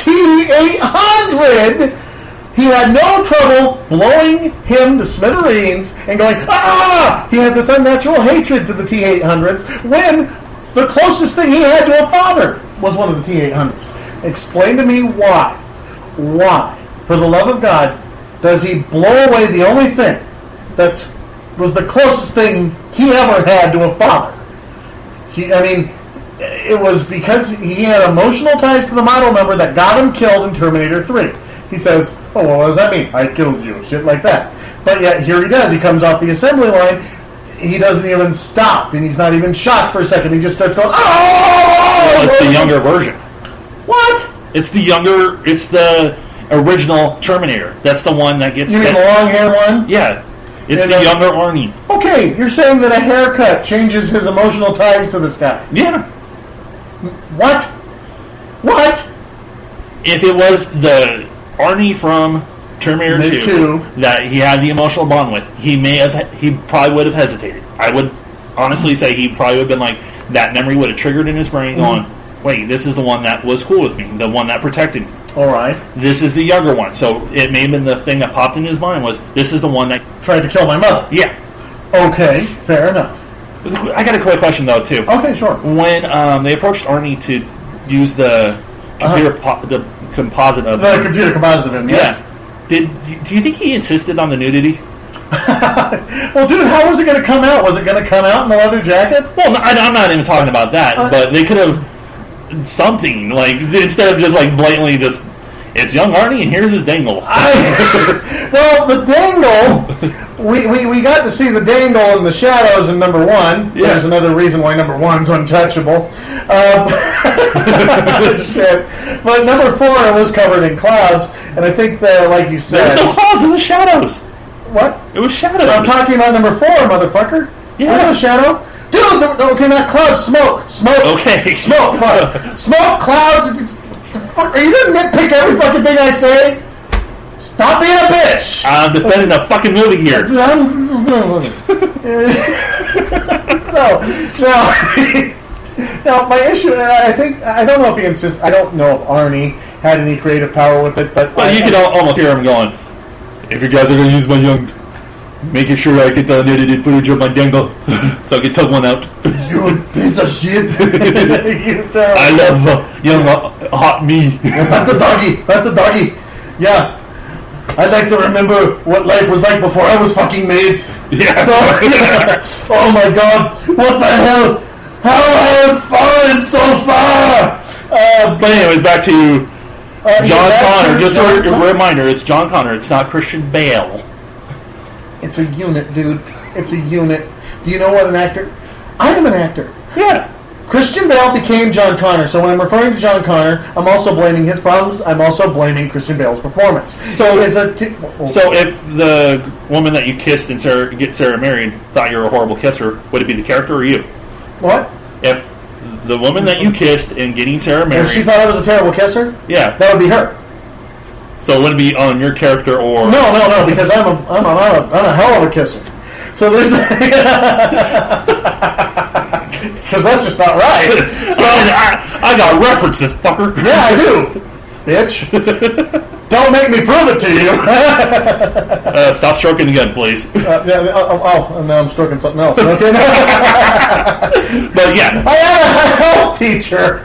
Speaker 1: T800. He had no trouble blowing him to smithereens and going, ah! He had this unnatural hatred to the T800s when the closest thing he had to a father was one of the T800s. Explain to me why. Why, for the love of God, does he blow away the only thing that's was the closest thing he ever had to a father? He, I mean, it was because he had emotional ties to the model number that got him killed in Terminator 3. He says, Oh, well, what does that mean? I killed you, shit like that. But yet, here he does. He comes off the assembly line. He doesn't even stop, and he's not even shocked for a second. He just starts going, Oh!
Speaker 3: It's the younger version.
Speaker 1: What?
Speaker 3: It's the younger. It's the original Terminator. That's the one that gets.
Speaker 1: You mean
Speaker 3: sent-
Speaker 1: the long hair one?
Speaker 3: Yeah. It's
Speaker 1: Yeah,
Speaker 3: the
Speaker 1: no.
Speaker 3: younger Arnie.
Speaker 1: Okay, you're saying that a haircut changes his emotional ties to this guy.
Speaker 3: Yeah.
Speaker 1: What? What?
Speaker 3: If it was the Arnie from Terminator
Speaker 1: Maybe
Speaker 3: 2,
Speaker 1: two.
Speaker 3: that he had the emotional bond with, he may have. He probably would have hesitated. I would honestly say he probably would have been like that memory would have triggered in his brain, going, "Wait, this is the one that was cool with me, the one that protected me."
Speaker 1: All right.
Speaker 3: This is the younger one, so it may have been the thing that popped in his mind was this is the one that
Speaker 1: Tried to kill my mother.
Speaker 3: yeah.
Speaker 1: Okay, fair enough.
Speaker 3: I got a quick question though too.
Speaker 1: Okay, sure.
Speaker 3: when um, they approached Arnie to use the computer po- the composite of
Speaker 1: The computer composite of him, yes.
Speaker 3: yeah, did do you think he insisted on the nudity?
Speaker 1: Well, dude, how was it going to come out? Was it going to come out in the leather jacket?
Speaker 3: Well, no, I, I'm not even talking about that,
Speaker 1: Uh,
Speaker 3: but they could have something like instead of just like blatantly just it's young Arnie and here's his dangle.
Speaker 1: I, (laughs) well, the dangle, we, we, we got to see the dangle in the shadows in number one.
Speaker 3: Yeah.
Speaker 1: There's another reason why number one's untouchable. Uh, (laughs) shit. But number four was covered in clouds, and I think that, like you
Speaker 3: There's
Speaker 1: said,
Speaker 3: (laughs) no clouds, it was shadows.
Speaker 1: what?
Speaker 3: It was shadows.
Speaker 1: I'm talking about number four, motherfucker.
Speaker 3: Yeah.
Speaker 1: There's no shadow. Dude, there- okay, not clouds, smoke, smoke.
Speaker 3: Okay.
Speaker 1: Smoke,
Speaker 3: (laughs)
Speaker 1: fuck. smoke, clouds. d- d- Fuck, are you gonna nitpick every fucking thing I say? Stop being a
Speaker 3: (laughs)
Speaker 1: bitch.
Speaker 3: I'm defending the fucking movie here.
Speaker 1: so, (laughs) now, (laughs) now my issue, uh, I think, I don't know if he insists, I don't know if Arnie had any creative power with it, but.
Speaker 3: Well, you could al- almost hear him going, if you guys are going to use my young, making sure I get the unedited footage of my dangle (laughs) so I can tug one
Speaker 1: (laughs)
Speaker 3: out.
Speaker 1: You piece
Speaker 3: (laughs)
Speaker 1: of shit. (laughs) you terrible.
Speaker 3: I love uh, young uh, hot me. (laughs)
Speaker 1: Not the doggy. Not the doggy. Yeah. I'd like to remember what life was like before I was fucking maids.
Speaker 3: Yeah.
Speaker 1: So,
Speaker 3: (laughs)
Speaker 1: Oh my god. What the hell? How I have fallen so far. Uh,
Speaker 3: but anyways, back to
Speaker 1: uh,
Speaker 3: John
Speaker 1: yeah,
Speaker 3: Connor. Just a
Speaker 1: John
Speaker 3: re-
Speaker 1: Connor.
Speaker 3: reminder, it's John Connor. It's not Christian Bale.
Speaker 1: It's a unit, dude. It's a unit. Do you know what an actor? I am an actor.
Speaker 3: Yeah.
Speaker 1: Christian Bale became John Connor. So when I'm referring to John Connor, I'm also blaming his problems. I'm also blaming Christian Bale's performance.
Speaker 3: So-
Speaker 1: it's a t-
Speaker 3: So if the woman that you kissed and Sarah, get Sarah married thought you were a horrible kisser, would it be the character or you?
Speaker 1: what?
Speaker 3: If the woman that you kissed and getting Sarah married,
Speaker 1: If she thought I was a terrible kisser,
Speaker 3: yeah,
Speaker 1: that would be her.
Speaker 3: so it would be on your character or
Speaker 1: No, no, no, because I'm a, I'm a, I'm a, I'm a hell of a kisser. So there's, (laughs) because that's just not
Speaker 3: (laughs)
Speaker 1: right.
Speaker 3: So I, I got references, fucker.
Speaker 1: Yeah, I do, bitch. Don't make me prove it to you.
Speaker 3: Uh, stop stroking the gun, please.
Speaker 1: Uh, yeah, oh, oh, oh, and now I'm stroking something else. Okay.
Speaker 3: But yeah,
Speaker 1: I had a health teacher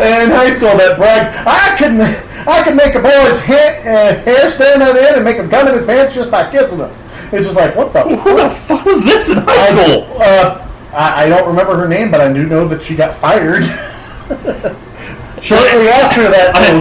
Speaker 1: in high school that bragged, I could, ma- I could make a boy's hair, uh, hair stand on end and make him come in his pants just by kissing him. It's just like, what the
Speaker 3: who the fuck was this in high school?
Speaker 1: Uh, I, I don't remember her name, but I do know that she got fired. (laughs) Shortly after that little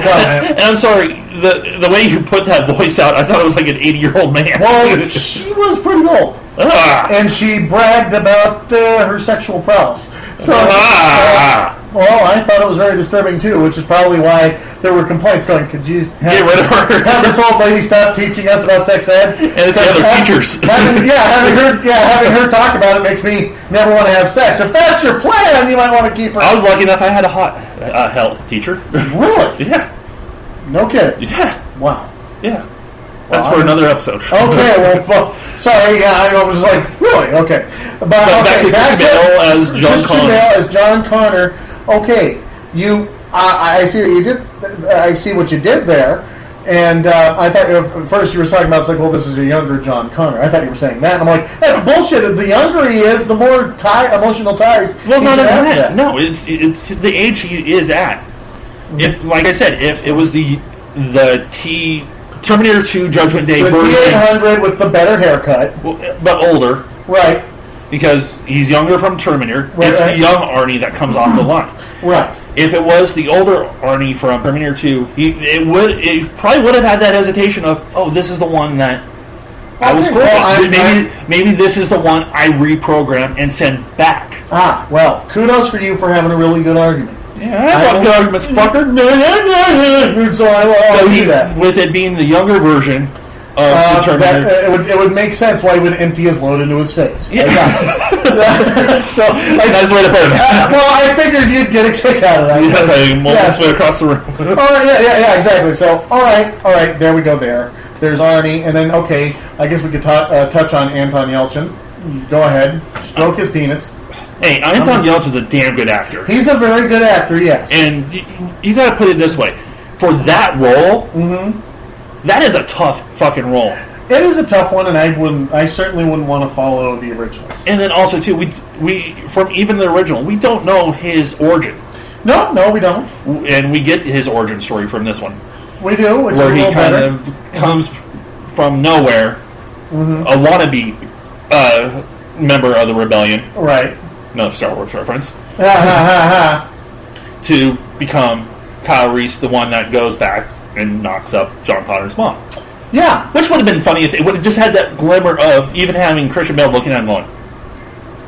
Speaker 3: (laughs) and
Speaker 1: comment.
Speaker 3: I'm sorry, the the way you put that voice out, I thought it was like an 80 year old man.
Speaker 1: Well, she was pretty old.
Speaker 3: (laughs) Ah.
Speaker 1: And she bragged about uh, her sexual prowess. So,
Speaker 3: Ah.
Speaker 1: uh, well, I thought it was very disturbing too, which is probably why there were complaints going, could you have,
Speaker 3: Get rid of her."
Speaker 1: (laughs) have this old lady stop teaching us about sex ed?
Speaker 3: And it's the other
Speaker 1: Because, uh,
Speaker 3: teachers.
Speaker 1: (laughs) having- yeah, having her, yeah, having her talk about it makes me never want to have sex. If that's your plan, you might want to keep her.
Speaker 3: I was lucky enough I had a hot uh, health teacher. (laughs)
Speaker 1: really?
Speaker 3: yeah,
Speaker 1: No kidding.
Speaker 3: yeah,
Speaker 1: Wow.
Speaker 3: yeah. That's
Speaker 1: Wow.
Speaker 3: for another episode.
Speaker 1: Okay, well, fu- sorry, yeah, I was like, really? Okay.
Speaker 3: But
Speaker 1: But,
Speaker 3: back
Speaker 1: okay,
Speaker 3: to Christian Bale as John
Speaker 1: Christian
Speaker 3: Connor.
Speaker 1: Bale as John Connor. Okay, you, I, I see what you did, I see what you did there. And uh, I thought, at first you were talking about, it's like, well, this is a younger John Connor. I thought you were saying that, and I'm like, that's bullshit. The younger he is, the more tie, emotional ties
Speaker 3: (laughs) Well,
Speaker 1: he
Speaker 3: not
Speaker 1: should
Speaker 3: even
Speaker 1: have
Speaker 3: that.
Speaker 1: to
Speaker 3: No, it's it's the age he is at. If, like I said, if it was the the T Terminator Two Judgment Day
Speaker 1: The
Speaker 3: version,
Speaker 1: T-800 with the better haircut,
Speaker 3: well, but older,
Speaker 1: right,
Speaker 3: because he's younger from Terminator.
Speaker 1: Right,
Speaker 3: it's
Speaker 1: right.
Speaker 3: the young Arnie that comes off the line.
Speaker 1: right.
Speaker 3: If it was the older Arnie from Terminator Two, he, it would it probably would have had that hesitation of, oh, this is the one that. I was
Speaker 1: Okay,
Speaker 3: cool.
Speaker 1: well, I'm-
Speaker 3: maybe maybe this is the one I reprogram and send back.
Speaker 1: Ah, well, kudos for you for having a really good argument. (laughs)
Speaker 3: Yeah, I
Speaker 1: don't-
Speaker 3: fucked arguments, fucker.
Speaker 1: so I will
Speaker 3: So
Speaker 1: I'll
Speaker 3: he-
Speaker 1: do that.
Speaker 3: With it being the younger version of the
Speaker 1: Uh,
Speaker 3: Terminator.
Speaker 1: that uh, it, would, it would make sense why he would empty his load into his face.
Speaker 3: Yeah. (laughs)
Speaker 1: I got it. (laughs) so, I,
Speaker 3: Nice way to put it.
Speaker 1: Uh, (laughs) well, I figured you'd get a kick out of that.
Speaker 3: That's how you mold
Speaker 1: Yes.
Speaker 3: this way across the room. (laughs)
Speaker 1: All right, yeah, yeah, yeah, exactly. So, all right, all right, there we go. There, there's Arnie, and then okay, I guess we could t- uh, touch on Anton Yelchin. Go ahead, stroke his penis.
Speaker 3: hey, Anton Yelchin is a damn good actor.
Speaker 1: He's a very good actor, yes.
Speaker 3: and y- you got to put it this way. For that role,
Speaker 1: Mm-hmm.
Speaker 3: that is a tough fucking role.
Speaker 1: It is a tough one, and I wouldn't, I certainly wouldn't want to follow the originals.
Speaker 3: And then also, too, we, we from even the original, we don't know his origin.
Speaker 1: No, no, we don't.
Speaker 3: W- And we get his origin story from this one.
Speaker 1: We do, which is a
Speaker 3: where he
Speaker 1: little
Speaker 3: kind
Speaker 1: better.
Speaker 3: of comes from nowhere,
Speaker 1: Mm-hmm.
Speaker 3: a wannabe uh, member of the rebellion,
Speaker 1: Right. (laughs)
Speaker 3: another Star Wars reference,
Speaker 1: Ha, ha, ha,
Speaker 3: to become Kyle Reese, the one that goes back and knocks up John Connor's mom.
Speaker 1: ha. yeah.
Speaker 3: Which would have been funny if they would have just had that glimmer of even having Christian Bale looking at him going,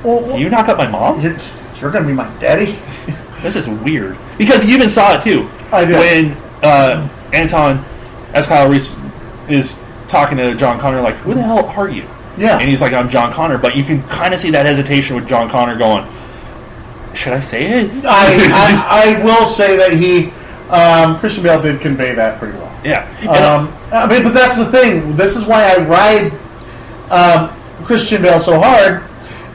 Speaker 3: "You knock up my mom?
Speaker 1: You're, you're going to be my daddy?
Speaker 3: This is weird." Because you even saw it too
Speaker 1: I did.
Speaker 3: when uh, Anton, as Kyle Reese is talking to John Connor, like, "Who the hell are you?"
Speaker 1: Yeah.
Speaker 3: And he's like, I'm John Connor. But you can kind of see that hesitation with John Connor going, Should I say it? (laughs)
Speaker 1: I, I, I will say that he, um, Christian Bale did convey that pretty well.
Speaker 3: yeah. And,
Speaker 1: Um, I mean, but that's the thing. This is why I ride um, Christian Bale so hard,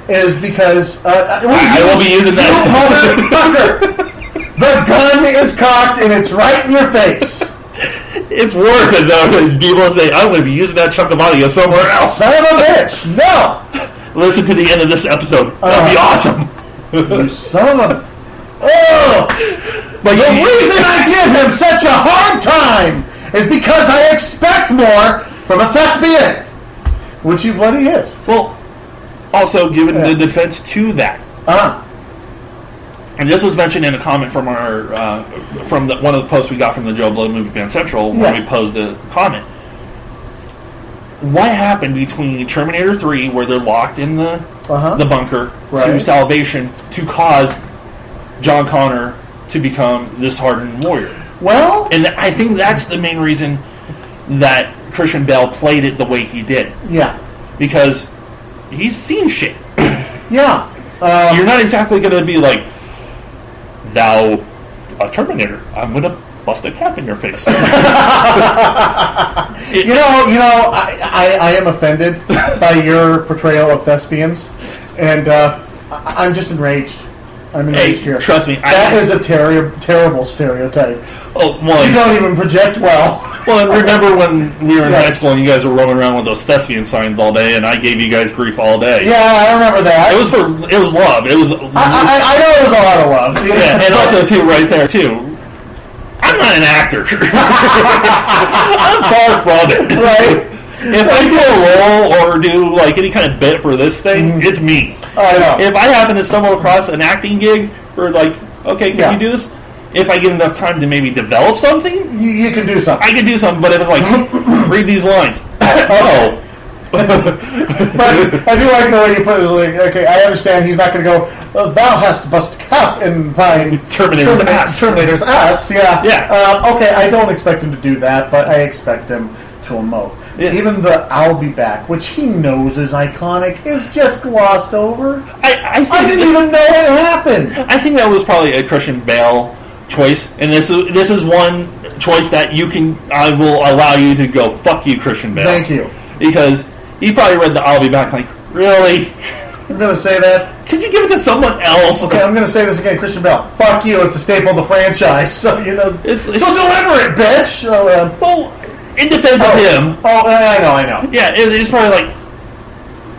Speaker 1: is because uh, uh,
Speaker 3: I- I will be using that. (laughs)
Speaker 1: You motherfucker! the gun is cocked and it's right in your face.
Speaker 3: it's worth it, though. when People say, I'm going to be using that chunk of audio somewhere else.
Speaker 1: Son of a bitch! No.
Speaker 3: Listen to the end of this episode. That'd be
Speaker 1: Uh, (laughs)
Speaker 3: awesome.
Speaker 1: You son of a. Oh!
Speaker 3: but
Speaker 1: The reason I give him such a hard time is because I expect more from a thespian, which he bloody is.
Speaker 3: Well, also, given
Speaker 1: Yeah.
Speaker 3: the defense to that,
Speaker 1: Ah,
Speaker 3: and this was mentioned in a comment from our uh, from the, one of the posts we got from the Joe Blow Movie Fan Central where
Speaker 1: Yeah.
Speaker 3: we posed the comment. What happened between Terminator Three, where they're locked in the
Speaker 1: Uh-huh.
Speaker 3: the bunker, to
Speaker 1: Right.
Speaker 3: Salvation, to cause John Connor to become this hardened warrior?
Speaker 1: well,
Speaker 3: And I think that's the main reason that Christian Bale played it the way he did
Speaker 1: yeah,
Speaker 3: because he's seen shit.
Speaker 1: yeah. Uh,
Speaker 3: Um, you're not exactly going to be like, thou, a Terminator. I'm going to bust a cap in your face. It-
Speaker 1: you know, you know, I, I, I am offended by your portrayal of thespians, and uh, I, I'm just enraged. I'm
Speaker 3: (laughs)
Speaker 1: in
Speaker 3: Hey,
Speaker 1: rage here.
Speaker 3: trust me, I-
Speaker 1: that is a terri terrible stereotype.
Speaker 3: (laughs) Oh, well,
Speaker 1: You don't even project well. (laughs)
Speaker 3: Well, and remember when we were in
Speaker 1: Yeah.
Speaker 3: high school and you guys were rolling around with those thespian signs all day, and I gave you guys grief all day.
Speaker 1: yeah, I remember that.
Speaker 3: it was for it was love. It was
Speaker 1: I, I, I know it was a lot of love. you
Speaker 3: (laughs)
Speaker 1: know?
Speaker 3: yeah, and also too right there too. I'm not an actor. (laughs) I'm far from it.
Speaker 1: right?
Speaker 3: If I do a role or do like any kind of bit for this thing, it's me.
Speaker 1: (laughs) I know.
Speaker 3: If I happen to stumble across an acting gig or like, okay, can
Speaker 1: Yeah.
Speaker 3: you do this? If I get enough time to maybe develop something,
Speaker 1: you, you can do something.
Speaker 3: I could do something, but it was like, (coughs) read these
Speaker 1: (coughs)
Speaker 3: lines. oh.
Speaker 1: But I do like the way you put it. Like, okay, I understand he's not going to go. "Uh, Thou hast bust cap in thine
Speaker 3: Terminator's
Speaker 1: Termina-
Speaker 3: ass."
Speaker 1: Terminator's ass. Yeah.
Speaker 3: Yeah.
Speaker 1: Uh, okay, I don't expect him to do that, but I expect him to emote.
Speaker 3: Yeah.
Speaker 1: Even the "I'll be back," which he knows is iconic, is just glossed over.
Speaker 3: I, I, think,
Speaker 1: I didn't even know it happened.
Speaker 3: I think that was probably a Christian Bale choice, and this is this is one choice that you can I will allow you to go fuck you, Christian Bale.
Speaker 1: Thank you.
Speaker 3: Because he probably read the "I'll be back" like, really?
Speaker 1: I'm going to say that.
Speaker 3: Could you give it to someone else?
Speaker 1: Okay, I'm going to say this again, Christian Bell. Fuck you. It's a staple of the franchise. (laughs) So you know.
Speaker 3: It's- it's-
Speaker 1: so deliver it, bitch. So, uh,
Speaker 3: Well, it depends on him.
Speaker 1: Oh, I know. I know.
Speaker 3: Yeah, it, it's probably like.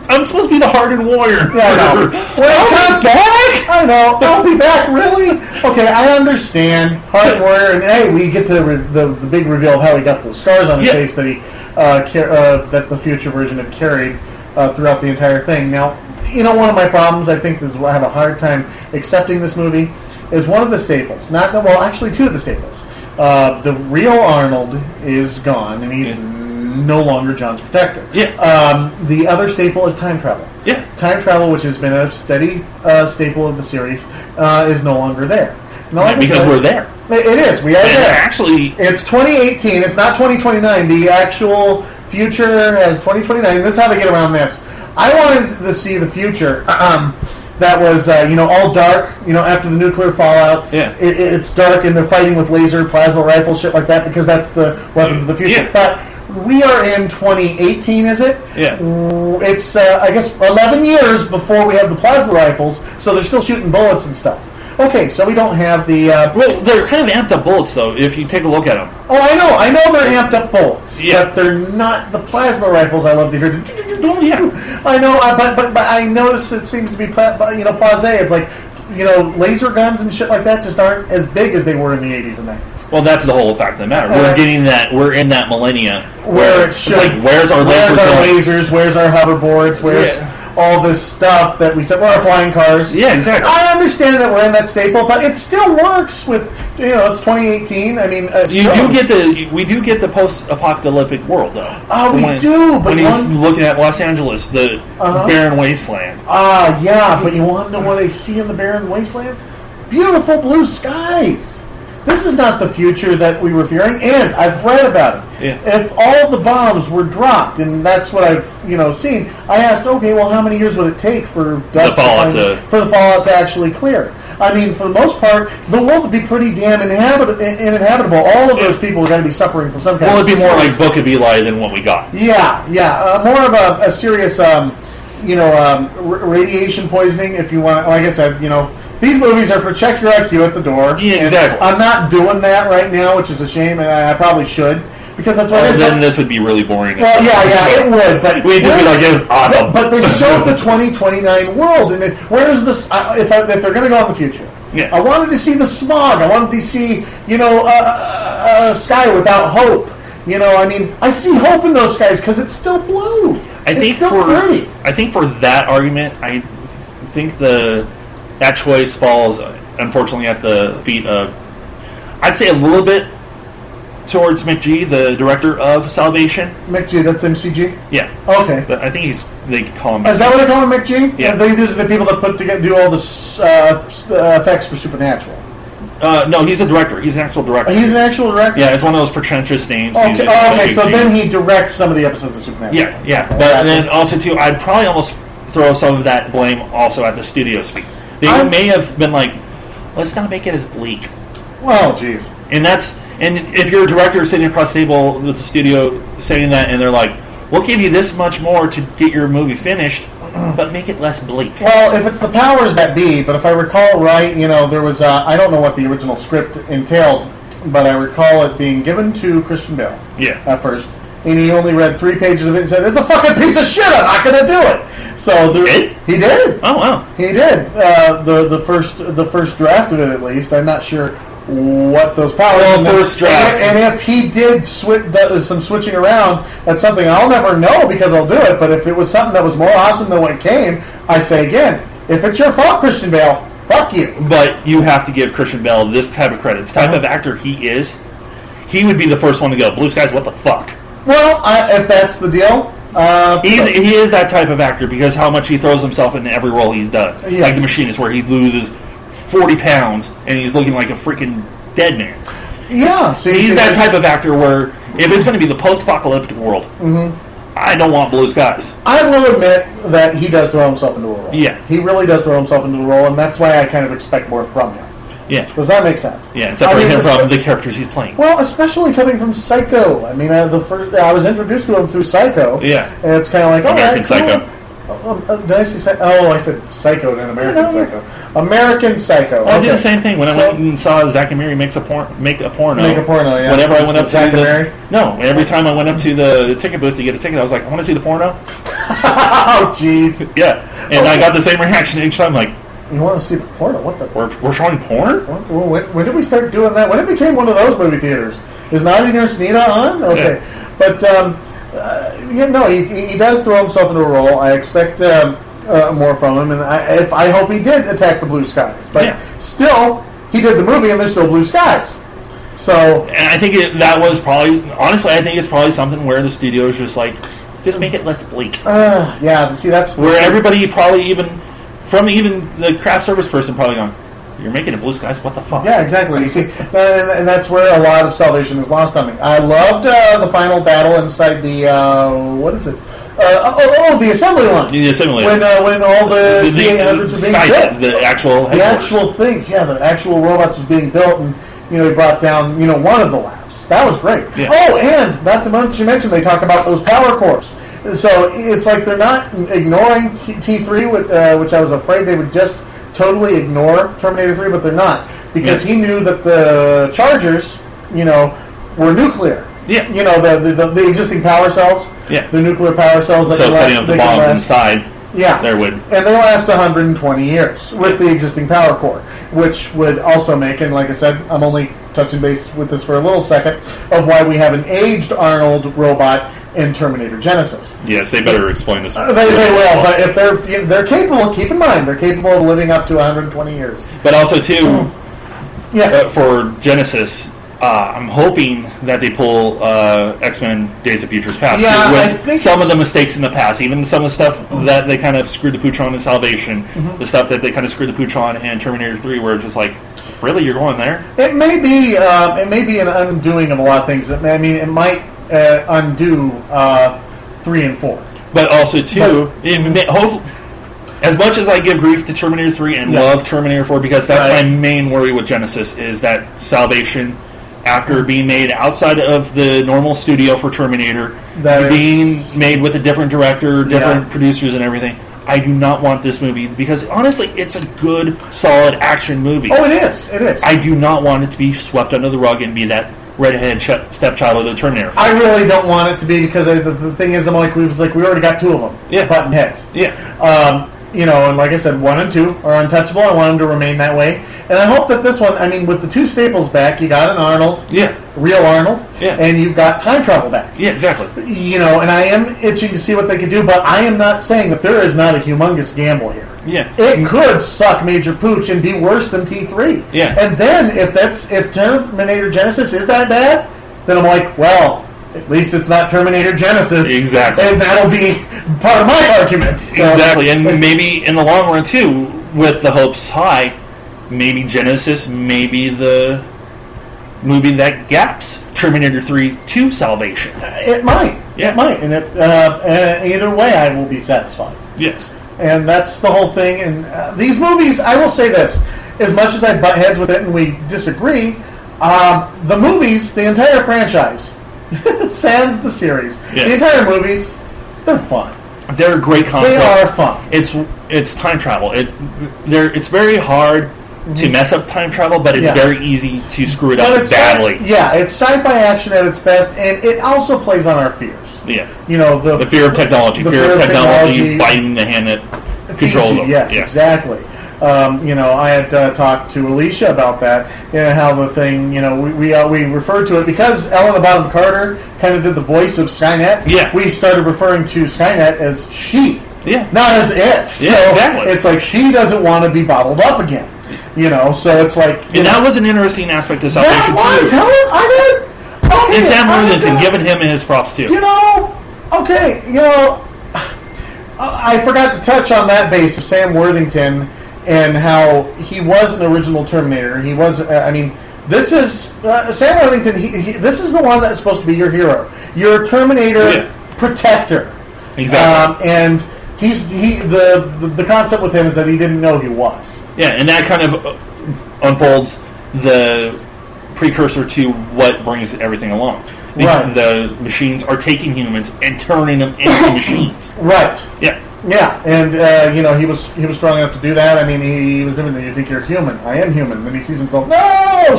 Speaker 3: I'm supposed to be the hardened warrior.
Speaker 1: Yeah,
Speaker 3: (laughs)
Speaker 1: I know.
Speaker 3: Well,
Speaker 1: I'll (laughs)
Speaker 3: I'm
Speaker 1: be
Speaker 3: back.
Speaker 1: I know. I'll be back. Really? Okay, I understand. Hard warrior, and hey, we get to the, re- the, the big reveal of how he got those scars on his
Speaker 3: Yeah.
Speaker 1: face that he uh, car- uh, that the future version had carried uh, throughout the entire thing. Now, you know, one of my problems, I think, this is why I have a hard time accepting this movie, is one of the staples. Not well, actually, two of the staples. Uh, the real Arnold is gone, and he's no longer John's protector.
Speaker 3: Yeah.
Speaker 1: Um, the other staple is time travel
Speaker 3: Yeah.
Speaker 1: time travel, which has been a steady uh, staple of the series, uh, is no longer there. Now, like I
Speaker 3: because
Speaker 1: said,
Speaker 3: we're there.
Speaker 1: It it is. We are
Speaker 3: And
Speaker 1: there.
Speaker 3: actually,
Speaker 1: It's 2018. It's not 2029. The actual future has 2029. This is how they get around this. I wanted to see the future um, that was, uh, you know, all dark. You know, after the nuclear fallout,
Speaker 3: Yeah.
Speaker 1: it, it- it's dark, and they're fighting with laser, plasma rifles, shit like that, because that's the weapons of the future.
Speaker 3: Yeah.
Speaker 1: But we are in 2018, is it?
Speaker 3: Yeah.
Speaker 1: It's uh, I guess 11 years before we have the plasma rifles, so they're still shooting bullets and stuff. Okay, so we don't have the uh,
Speaker 3: well, they're kind of amped up bullets though. If you take a look at them,
Speaker 1: Oh, I know, I know they're amped up bullets,
Speaker 3: Yeah.
Speaker 1: but they're not the plasma rifles. I love to hear. The
Speaker 3: Yeah.
Speaker 1: (laughs) I know, I, but, but but I notice it seems to be pla- but, you know passe. It's like you know laser guns and shit like that just aren't as big as they were in the eighties and nineties.
Speaker 3: Well, that's the whole fact of the matter.
Speaker 1: Uh,
Speaker 3: we're getting that. We're in that millennia
Speaker 1: Where it
Speaker 3: it's
Speaker 1: should.
Speaker 3: like, where's our
Speaker 1: Where's
Speaker 3: laser
Speaker 1: our
Speaker 3: guns?
Speaker 1: lasers? Where's our hoverboards? Where's
Speaker 3: Yeah.
Speaker 1: all this stuff that we said? Where our flying cars?
Speaker 3: Yeah, exactly.
Speaker 1: I understand that we're in that staple, but it still works with you know it's 2018. I mean, uh,
Speaker 3: You do get the we do get the post-apocalyptic world though.
Speaker 1: Oh, we do, but
Speaker 3: when he's
Speaker 1: one-
Speaker 3: looking at Los Angeles, the
Speaker 1: Uh-huh.
Speaker 3: barren wasteland.
Speaker 1: Ah, yeah, but you want to know what I see in the barren wastelands? Beautiful blue skies. This is not the future that we were fearing, and I've read about it.
Speaker 3: Yeah.
Speaker 1: If all the bombs were dropped, and that's what I've you know seen, I asked, okay, well, how many years would it take for dust
Speaker 3: fallout
Speaker 1: finally-
Speaker 3: to-
Speaker 1: for the fallout to actually clear? I mean, for the most part, the world would be pretty damn inhabit- uninhabitable. All of those people are going to be suffering from some kind.
Speaker 3: Well,
Speaker 1: of
Speaker 3: it'd be more like
Speaker 1: disease.
Speaker 3: Book of Eli than what we got.
Speaker 1: Yeah, yeah, uh, more of a, a serious, um, you know, um, r- radiation poisoning. If you want, like I said, you know, these movies are for check your IQ at the door.
Speaker 3: Yeah,
Speaker 1: and
Speaker 3: exactly.
Speaker 1: I'm not doing that right now, which is a shame, and I, I probably should because that's what.
Speaker 3: Well,
Speaker 1: it is.
Speaker 3: then
Speaker 1: But-
Speaker 3: this would be really boring.
Speaker 1: well, yeah, yeah, it would, but
Speaker 3: We'd just be like, it was
Speaker 1: but,
Speaker 3: awesome.
Speaker 1: but they showed the 2029 world, and it, where's this? I if, I, if they're going to go in the future,
Speaker 3: Yeah.
Speaker 1: I wanted to see the smog. I wanted to see, you know, uh, a sky without hope. You know, I mean, I see hope in those skies because it's still blue.
Speaker 3: I
Speaker 1: it's
Speaker 3: think
Speaker 1: still
Speaker 3: for
Speaker 1: pretty.
Speaker 3: I think for that argument, I think the that choice falls unfortunately at the feet of I'd say a little bit towards McGee, the director of Salvation.
Speaker 1: McG, that's MCG.
Speaker 3: Yeah,
Speaker 1: Okay,
Speaker 3: but I think he's they could call him.
Speaker 1: is that what they call him, McG?
Speaker 3: Yeah.
Speaker 1: they, these are the people that put together do all the s- uh, s- uh, effects for Supernatural.
Speaker 3: uh, no, he's a director. He's an actual director.
Speaker 1: Uh, He's an actual director.
Speaker 3: yeah, it's one of those pretentious names. He's
Speaker 1: Okay.
Speaker 3: just
Speaker 1: Oh,
Speaker 3: like
Speaker 1: okay.
Speaker 3: a
Speaker 1: So
Speaker 3: G.
Speaker 1: then he directs some of the episodes of Supernatural.
Speaker 3: Yeah, yeah.
Speaker 1: Okay,
Speaker 3: But
Speaker 1: gotcha.
Speaker 3: then also too, I'd probably almost throw some of that blame also at the studio's feet. They
Speaker 1: I'm-
Speaker 3: may have been like, let's not make it as bleak.
Speaker 1: Well, jeez.
Speaker 3: And that's and if your director is sitting across the table with the studio saying that, and they're like, "We'll give you this much more to get your movie finished," but make it less bleak.
Speaker 1: Well, if it's the powers that be, but if I recall right, you know, there was, uh, I don't know what the original script entailed, but I recall it being given to Christian Bale
Speaker 3: Yeah.
Speaker 1: at first, and he only read three pages of it and said, it's a fucking piece of shit, I'm not going to do it. So there,
Speaker 3: Did?
Speaker 1: he did.
Speaker 3: Oh wow.
Speaker 1: He did. Uh, the, the, first, the first draft of it, at least. I'm not sure what those powers
Speaker 3: Well,
Speaker 1: and-
Speaker 3: first draft.
Speaker 1: And, and if he did swi- th- some switching around, that's something I'll never know because I'll do it. But if it was something that was more awesome than what came, I say again, if it's your fault, Christian Bale, fuck you.
Speaker 3: But you have to give Christian Bell this type of credit. The type of actor he is, he would be the first one to go, Blue Skies, what the fuck?
Speaker 1: Well, I, if that's the deal, uh,
Speaker 3: He's, he is that type of actor because how much he throws himself in every role he's done.
Speaker 1: Yes.
Speaker 3: Like the machinist, where he loses forty pounds and he's looking like a freaking dead man.
Speaker 1: yeah. See,
Speaker 3: He's
Speaker 1: see,
Speaker 3: that type of actor where if it's going to be the post-apocalyptic world,
Speaker 1: Mm-hmm.
Speaker 3: I don't want blue skies.
Speaker 1: I will admit that he does throw himself into a role.
Speaker 3: Yeah.
Speaker 1: he really does throw himself into a role, and that's why I kind of expect more from him.
Speaker 3: Yeah,
Speaker 1: Does that make sense?
Speaker 3: yeah. Separate
Speaker 1: I mean,
Speaker 3: him
Speaker 1: this-
Speaker 3: from the characters he's playing.
Speaker 1: Well, especially coming from Psycho. I mean, uh, the first I was introduced to him through Psycho.
Speaker 3: Yeah.
Speaker 1: and it's kind of like all right,
Speaker 3: American Psycho.
Speaker 1: cool. Oh, um, uh, did I say Psycho? Oh, I said Psycho, then American
Speaker 3: No. Oh,
Speaker 1: Psycho. American Psycho.
Speaker 3: I did the
Speaker 1: okay.
Speaker 3: same thing when I
Speaker 1: So-
Speaker 3: went and saw Zach and Mary makes a porn, make a porno.
Speaker 1: Make a porno, yeah.
Speaker 3: Whenever I went up to
Speaker 1: Zack
Speaker 3: the,
Speaker 1: and Mary?
Speaker 3: no, every time I went up to the ticket booth to get a ticket, I was like, I want to see the porno.
Speaker 1: (laughs) Oh, jeez.
Speaker 3: Yeah, and I got the same reaction each time. Like,
Speaker 1: You want to see the porno? What the?
Speaker 3: we're, we're showing porn.
Speaker 1: When, when, when did we start doing that? When it became one of those movie theaters? Is Naughty Nurse Nina on? Okay, but um, uh, yeah, no, he, he he does throw himself into a role. I expect um, uh, more from him, and I, if I hope he did attack the blue skies, but
Speaker 3: Yeah.
Speaker 1: still, he did the movie, and there's still blue skies. So
Speaker 3: And I think it, that was probably, honestly, I think it's probably something where the studio is just like, just make it less bleak.
Speaker 1: uh, yeah, see that's
Speaker 3: where everybody probably even from even the craft service person probably going, "You're making a blue skies. What the fuck?"
Speaker 1: Yeah, exactly. You see, and, and that's where a lot of salvation is lost on me. I loved uh, the final battle inside the uh, what is it? Uh, oh, oh, the assembly line.
Speaker 3: The assembly line.
Speaker 1: When uh, when all the,
Speaker 3: The,
Speaker 1: T800s
Speaker 3: the,
Speaker 1: were being
Speaker 3: sky-
Speaker 1: built,
Speaker 3: the actual
Speaker 1: the actual things. Yeah, the actual robots was being built, and you know he brought down you know one of the labs. That was great.
Speaker 3: Yeah.
Speaker 1: Oh, and not to mention, mention they talk about those power cores. So it's like they're not ignoring T three, uh, which I was afraid they would just totally ignore Terminator three, but they're not because
Speaker 3: Yeah.
Speaker 1: he knew that the Chargers, you know, were nuclear.
Speaker 3: Yeah.
Speaker 1: You know the the, the, the existing power cells.
Speaker 3: Yeah.
Speaker 1: The nuclear power cells that
Speaker 3: so
Speaker 1: can
Speaker 3: setting
Speaker 1: last-
Speaker 3: up the
Speaker 1: they can
Speaker 3: bombs
Speaker 1: last-
Speaker 3: inside.
Speaker 1: yeah.
Speaker 3: there would.
Speaker 1: And they last 120 years with the existing power core, which would also make, and like I said, I'm only touching base with this for a little second, of why we have an aged Arnold robot in Terminator Genesis.
Speaker 3: Yes, they better explain this.
Speaker 1: Uh, They, they will, but if they're you know, they're capable, keep in mind they're capable of living up to 120 years.
Speaker 3: but also
Speaker 1: Oh.
Speaker 3: too
Speaker 1: Yeah,
Speaker 3: (laughs) uh, for Genesis. Uh, I'm hoping that they pull uh, X-Men: Days of Futures Past
Speaker 1: Yeah,
Speaker 3: too, with
Speaker 1: I think
Speaker 3: some
Speaker 1: it's- Mm-hmm.
Speaker 3: of the mistakes in the past, even some of the stuff that they kind of screwed the pooch on in Salvation, the stuff that they kind of screwed the pooch on in Terminator 3, where it's just like, really, you're going there?
Speaker 1: it may be um, it may be an undoing of a lot of things. It may- I mean, it might uh, undo uh, three and four.
Speaker 3: But also too, it may- hopefully, as much as I give grief to Terminator Three and
Speaker 1: Yeah.
Speaker 3: love Terminator Four because that's
Speaker 1: Right.
Speaker 3: my main worry with Genesis is that Salvation, after being made outside of the normal studio for Terminator,
Speaker 1: That is-
Speaker 3: being made with a different director, different
Speaker 1: Yeah.
Speaker 3: producers, and everything. I do not want this movie because honestly, it's a good, solid action movie.
Speaker 1: Oh, it is. It is.
Speaker 3: I do not want it to be swept under the rug and be that redhead ch- stepchild of the Terminator.
Speaker 1: I really don't want it to be because I, the, the thing is, I'm like, we was like, we already got two of them,
Speaker 3: Yeah.
Speaker 1: button heads,
Speaker 3: yeah,
Speaker 1: um, you know, and like I said, one and two are untouchable. I want them to remain that way, and I hope that this one, I mean, with the two staples back, you got an Arnold,
Speaker 3: yeah,
Speaker 1: real Arnold,
Speaker 3: Yeah.
Speaker 1: and you've got time travel back,
Speaker 3: yeah, exactly.
Speaker 1: you know, and I am itching to see what they could do, but I am not saying that there is not a humongous gamble here.
Speaker 3: Yeah,
Speaker 1: It could suck Major Pooch and be worse than T three.
Speaker 3: Yeah.
Speaker 1: And then if that's if Terminator Genesis is that bad, then I'm like, well, at least it's not Terminator Genesis.
Speaker 3: Exactly.
Speaker 1: And that'll be part of my argument. So-
Speaker 3: Exactly, and maybe in the long run too, with the hopes high, maybe Genesis, maybe the movie that gaps Terminator Three to Salvation.
Speaker 1: It might.
Speaker 3: Yeah.
Speaker 1: It might. And it, uh, uh, either way, I will be satisfied.
Speaker 3: Yes,
Speaker 1: and that's the whole thing. And uh, these movies, I will say this: as much as I butt heads with it and we disagree, um, the movies, the entire franchise, (laughs) sans the series,
Speaker 3: Yeah. Oh,
Speaker 1: the entire movies, they're fun.
Speaker 3: They're a great concept.
Speaker 1: They are fun.
Speaker 3: It's it's time travel. It there it's very hard to mess up time travel, but it's
Speaker 1: Yeah.
Speaker 3: very easy to screw it
Speaker 1: But
Speaker 3: up
Speaker 1: it's e-,
Speaker 3: badly.
Speaker 1: yeah, it's sci-fi action at its best, and it also plays on our fears.
Speaker 3: Yeah.
Speaker 1: You know the
Speaker 3: The fear of technology,
Speaker 1: The
Speaker 3: fear, of technology,
Speaker 1: technology.
Speaker 3: biting the hand that controls
Speaker 1: Fiji,
Speaker 3: them.
Speaker 1: Yes,
Speaker 3: yeah.
Speaker 1: exactly. Um, you know, I had uh, talked to Alicia about that and how the thing, you know, we we, uh, we referred to it because Ellen Bottom Carter kind of did the voice of Skynet.
Speaker 3: Yeah.
Speaker 1: we started referring to Skynet as she,
Speaker 3: Yeah.
Speaker 1: not as it.
Speaker 3: Yeah,
Speaker 1: so
Speaker 3: exactly.
Speaker 1: It's like she doesn't want to be bottled up again. You know, so it's like you
Speaker 3: And
Speaker 1: know,
Speaker 3: that was an interesting aspect of Salvation.
Speaker 1: that was Helen. I did. Okay,
Speaker 3: And Sam
Speaker 1: (laughs) I
Speaker 3: Worthington,
Speaker 1: did-
Speaker 3: giving him his props too.
Speaker 1: you know, okay, you know, I I forgot to touch on that base of Sam Worthington and how he was an original Terminator. He was, uh, I mean, this is uh, Sam Worthington. He, he, this is the one that's supposed to be your hero, your Terminator
Speaker 3: Yeah.
Speaker 1: protector.
Speaker 3: Exactly.
Speaker 1: Um, and he's he the, the the concept with him is that he didn't know he was.
Speaker 3: Yeah, and that kind of uh, unfolds the precursor to what brings everything along. The,
Speaker 1: Right.
Speaker 3: the machines are taking humans and turning them
Speaker 1: (coughs)
Speaker 3: into machines.
Speaker 1: Right.
Speaker 3: Yeah.
Speaker 1: Yeah, and uh, you know he was he was strong enough to do that. I mean, he, he was doing it. You think you're human? I am human. Then he sees himself. No.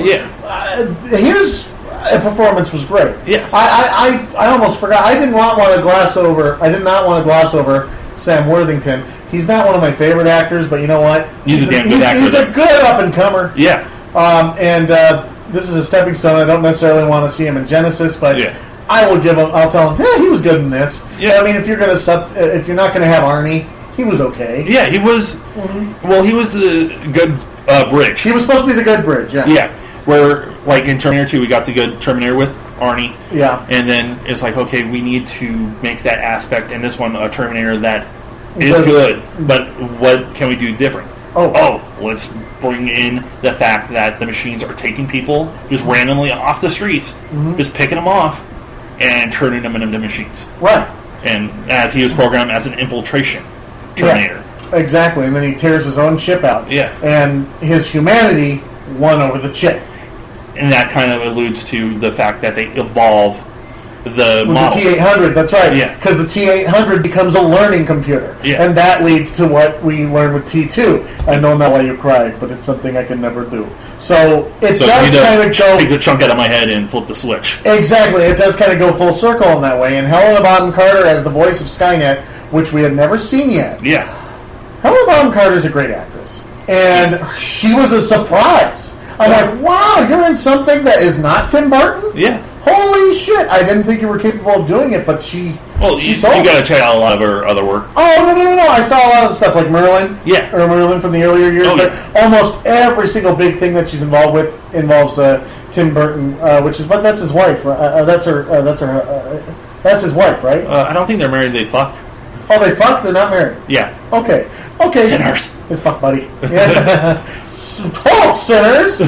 Speaker 3: Yeah.
Speaker 1: Uh, his uh, performance was great.
Speaker 3: Yeah.
Speaker 1: I, I, I, I almost forgot. I did not want to gloss over. I did not want to gloss over Sam Worthington. He's not one of my favorite actors, but you know what?
Speaker 3: He's a damn good
Speaker 1: he's,
Speaker 3: actor,
Speaker 1: He's a
Speaker 3: though.
Speaker 1: good up and comer.
Speaker 3: Yeah.
Speaker 1: Um, and uh, this is a stepping stone. I don't necessarily want to see him in Genesis, but
Speaker 3: Yeah.
Speaker 1: I will give him. I'll tell him, yeah, he was good in this.
Speaker 3: Yeah.
Speaker 1: I mean, if you're gonna sub, uh, if you're not gonna have Arnie, he was okay.
Speaker 3: Yeah, he was. Well, he was the good uh, bridge.
Speaker 1: He was supposed to be the good bridge. Yeah.
Speaker 3: Yeah. Where, like, in Terminator 2, we got the good Terminator with Arnie.
Speaker 1: Yeah.
Speaker 3: And then it's like, okay, we need to make that aspect and this one a Terminator that is
Speaker 1: Does-
Speaker 3: good, but what can we do different?
Speaker 1: Oh.
Speaker 3: oh, let's bring in the fact that the machines are taking people just randomly off the streets,
Speaker 1: Mm-hmm.
Speaker 3: just picking them off, and turning them into machines.
Speaker 1: Right.
Speaker 3: And as he was programmed as an infiltration Terminator.
Speaker 1: Yeah, exactly. And then he tears his own chip out.
Speaker 3: Yeah.
Speaker 1: And his humanity won over the chip.
Speaker 3: And that kind of alludes to the fact that they evolve the
Speaker 1: With
Speaker 3: model.
Speaker 1: the T800, that's right.
Speaker 3: Yeah.
Speaker 1: Because the T800 becomes a learning computer.
Speaker 3: Yeah.
Speaker 1: And that leads to what we learned with T2. I know not why you cried, but it's something I can never do. So it
Speaker 3: so
Speaker 1: does
Speaker 3: you
Speaker 1: kind
Speaker 3: know,
Speaker 1: of go.
Speaker 3: take the chunk out of my head and flip the switch.
Speaker 1: Exactly, it does kind of go full circle in that way. And Helena Bonham Carter as the voice of Skynet, which we had never seen yet.
Speaker 3: Yeah.
Speaker 1: Helena Bonham Carter's a great actress, and she was a surprise. I'm like, wow, you're in something that is not Tim Burton.
Speaker 3: Yeah.
Speaker 1: Holy shit! I didn't think you were capable of doing it, but she.
Speaker 3: Well,
Speaker 1: she
Speaker 3: you,
Speaker 1: sold
Speaker 3: you
Speaker 1: it.
Speaker 3: gotta check out a lot of her other work.
Speaker 1: Oh no no no no! I saw a lot of stuff like Merlin.
Speaker 3: Yeah.
Speaker 1: Or Merlin from the earlier years,
Speaker 3: Oh,
Speaker 1: but
Speaker 3: yeah.
Speaker 1: almost every single big thing that she's involved with involves uh, Tim Burton, uh, which is but that's his wife. right? Uh, uh, that's her. Uh, that's her. Uh, uh, that's his wife, right?
Speaker 3: Uh, I don't think they're married. They fuck.
Speaker 1: oh, they fucked. They're not married.
Speaker 3: Yeah.
Speaker 1: Okay. Okay.
Speaker 3: Sinners.
Speaker 1: It's fuck buddy.
Speaker 3: (laughs)
Speaker 1: Yeah. S- Halt, sinners.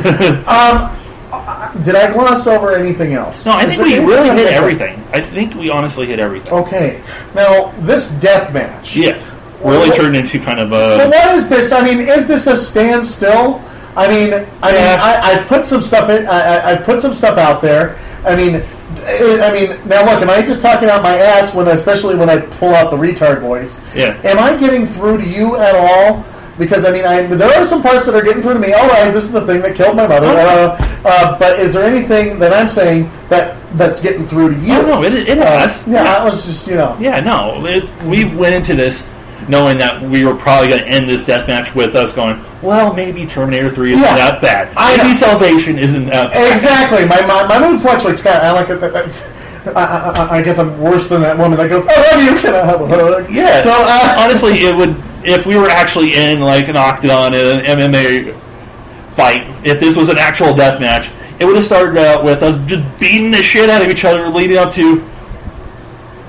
Speaker 1: Um, uh, did I gloss over anything else?
Speaker 3: No, I
Speaker 1: Is Oh,
Speaker 3: think
Speaker 1: there
Speaker 3: we
Speaker 1: anything
Speaker 3: really
Speaker 1: I'm
Speaker 3: hit
Speaker 1: missing?
Speaker 3: everything. I think we honestly hit everything.
Speaker 1: Okay. Now this death match.
Speaker 3: Yes. Really
Speaker 1: Well,
Speaker 3: turned into kind of
Speaker 1: But
Speaker 3: a.
Speaker 1: what is this? I mean, is this a standstill? I mean, I mean,
Speaker 3: Yeah.
Speaker 1: I, I put some stuff in. I, I, I put some stuff out there. I mean, eh, I I mean, now look, am I just talking out my ass when, I, especially when I pull out the retard voice?
Speaker 3: Yeah.
Speaker 1: Am I getting through to you at all? Because I mean, I, there are some parts that are getting through to me. All right, this is the thing that killed my mother. Uh, uh, but is there anything that I'm saying that that's getting through to you?
Speaker 3: Oh no, it, it has.
Speaker 1: Yeah, that was just you know.
Speaker 3: Yeah, no. It's we went into this knowing that we were probably going to end this death match with us going, well, maybe Terminator Three isn't
Speaker 1: Yeah.
Speaker 3: that bad.
Speaker 1: I
Speaker 3: maybe
Speaker 1: know.
Speaker 3: Salvation isn't that. Bad.
Speaker 1: Exactly. My, my, my mood fluctuates. God, I like it. That, that's, I, I- I, I guess I'm worse than that woman that goes, "I love you. Can I have a hug?"
Speaker 3: Yeah.
Speaker 1: So uh,
Speaker 3: honestly, it would if we were actually in like an octagon in an MMA fight. If this was an actual death match, it would have started out with us just beating the shit out of each other, leading up to.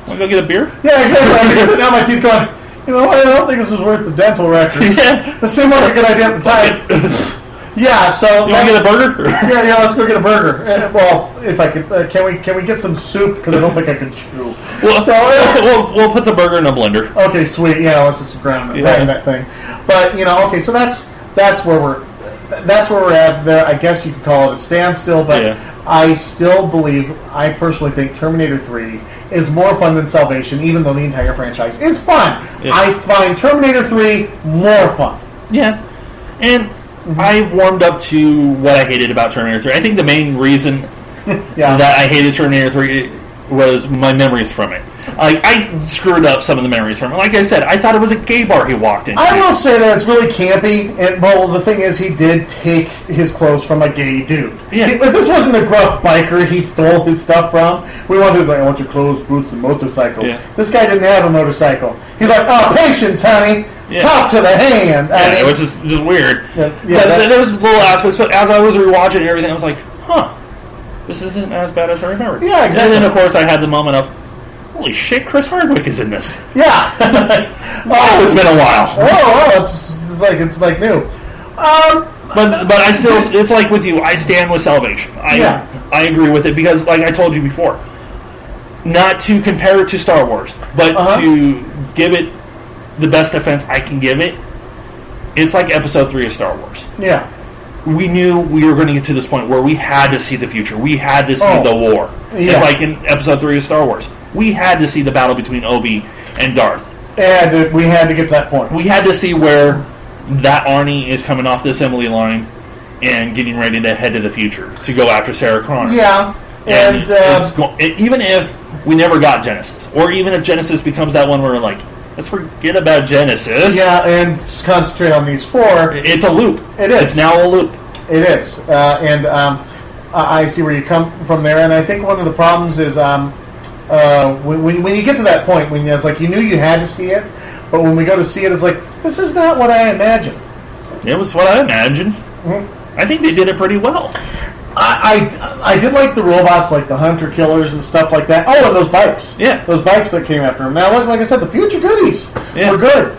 Speaker 3: Want to go get a beer?
Speaker 1: yeah, exactly. I'm just sitting down my teeth going, you know, what? I don't think this was worth the dental records.
Speaker 3: Yeah.
Speaker 1: This seemed like a good idea at the time. Yeah. So
Speaker 3: You want to get a burger?
Speaker 1: Yeah, yeah. Let's go get a burger. Uh, Well, if I could, uh, can we can we get some soup? Because I don't think I can chew.
Speaker 3: We'll,
Speaker 1: so uh,
Speaker 3: (laughs) we'll, we'll put the burger in a blender.
Speaker 1: Okay, sweet. Yeah, let's just ground that,
Speaker 3: Yeah.
Speaker 1: ground that thing. But you know, okay, so that's that's where we're that's where we're at. There, I guess you could call it a standstill. But
Speaker 3: Yeah.
Speaker 1: I still believe, I personally think Terminator Three is more fun than Salvation, even though the entire franchise is fun.
Speaker 3: Yeah.
Speaker 1: I find Terminator 3 more fun.
Speaker 3: Yeah, and I warmed up to what I hated about Terminator 3. I think the main reason
Speaker 1: Yeah.
Speaker 3: that I hated Terminator 3 was my memories from it. Like I screwed up some of the memories from it. Like I said, I thought it was a gay bar he walked into.
Speaker 1: I will say that it's really campy, and well, the thing is, he did take his clothes from a gay dude.
Speaker 3: Yeah.
Speaker 1: He- this wasn't a gruff biker he stole his stuff from. We wanted to like, I want your clothes, boots, and motorcycle.
Speaker 3: Yeah.
Speaker 1: This guy didn't have a motorcycle. He's like, oh, patience, honey.
Speaker 3: Yeah.
Speaker 1: Top to the hand. I
Speaker 3: Yeah,
Speaker 1: mean,
Speaker 3: which is just weird.
Speaker 1: Yeah, yeah,
Speaker 3: but
Speaker 1: that-
Speaker 3: th- there was little aspects, but as I was rewatching and everything, I was like, huh, this isn't as bad as I remembered.
Speaker 1: Yeah,
Speaker 3: And then,
Speaker 1: exactly.
Speaker 3: of course, I had the moment of, holy shit, Chris Hardwick is in this.
Speaker 1: yeah. (laughs)
Speaker 3: oh, it's been a while.
Speaker 1: oh, oh, it's, it's like it's like new. Um,
Speaker 3: But but I still, it's like with you, I stand with Salvation. I,
Speaker 1: Yeah.
Speaker 3: I agree with it because, like I told you before, not to compare it to Star Wars, but
Speaker 1: Uh-huh.
Speaker 3: to give it the best defense I can give it. It's like episode three of Star Wars.
Speaker 1: yeah.
Speaker 3: we knew we were going to get to this point where we had to see the future. We had to see
Speaker 1: Oh.
Speaker 3: the war.
Speaker 1: Yeah.
Speaker 3: It's like in episode three of Star Wars. We had to see the battle between Obi and Darth.
Speaker 1: And uh, we had to get to that point.
Speaker 3: We had to see where that Arnie is coming off the assembly line and getting ready to head to the future to go after Sarah Connor.
Speaker 1: Yeah. And,
Speaker 3: it's
Speaker 1: uh,
Speaker 3: go- and even if we never got Genesis, or even if Genesis becomes that one where we're like, let's forget about Genesis.
Speaker 1: yeah, and just concentrate on these four.
Speaker 3: It's a loop.
Speaker 1: It is.
Speaker 3: It's now a loop.
Speaker 1: It is, uh, and um, I I see where you come from there. And I think one of the problems is um, uh, when, when, when you get to that point when it's like you knew you had to see it, but when we go to see it, it's like this is not what I imagined.
Speaker 3: It was what I imagined.
Speaker 1: Mm-hmm.
Speaker 3: I think they did it pretty well.
Speaker 1: I, I, I did like the robots, like the hunter killers and stuff like that. Oh, and those bikes.
Speaker 3: Yeah.
Speaker 1: Those bikes that came after him. Now, like, like I said, the future goodies
Speaker 3: Yeah.
Speaker 1: were good.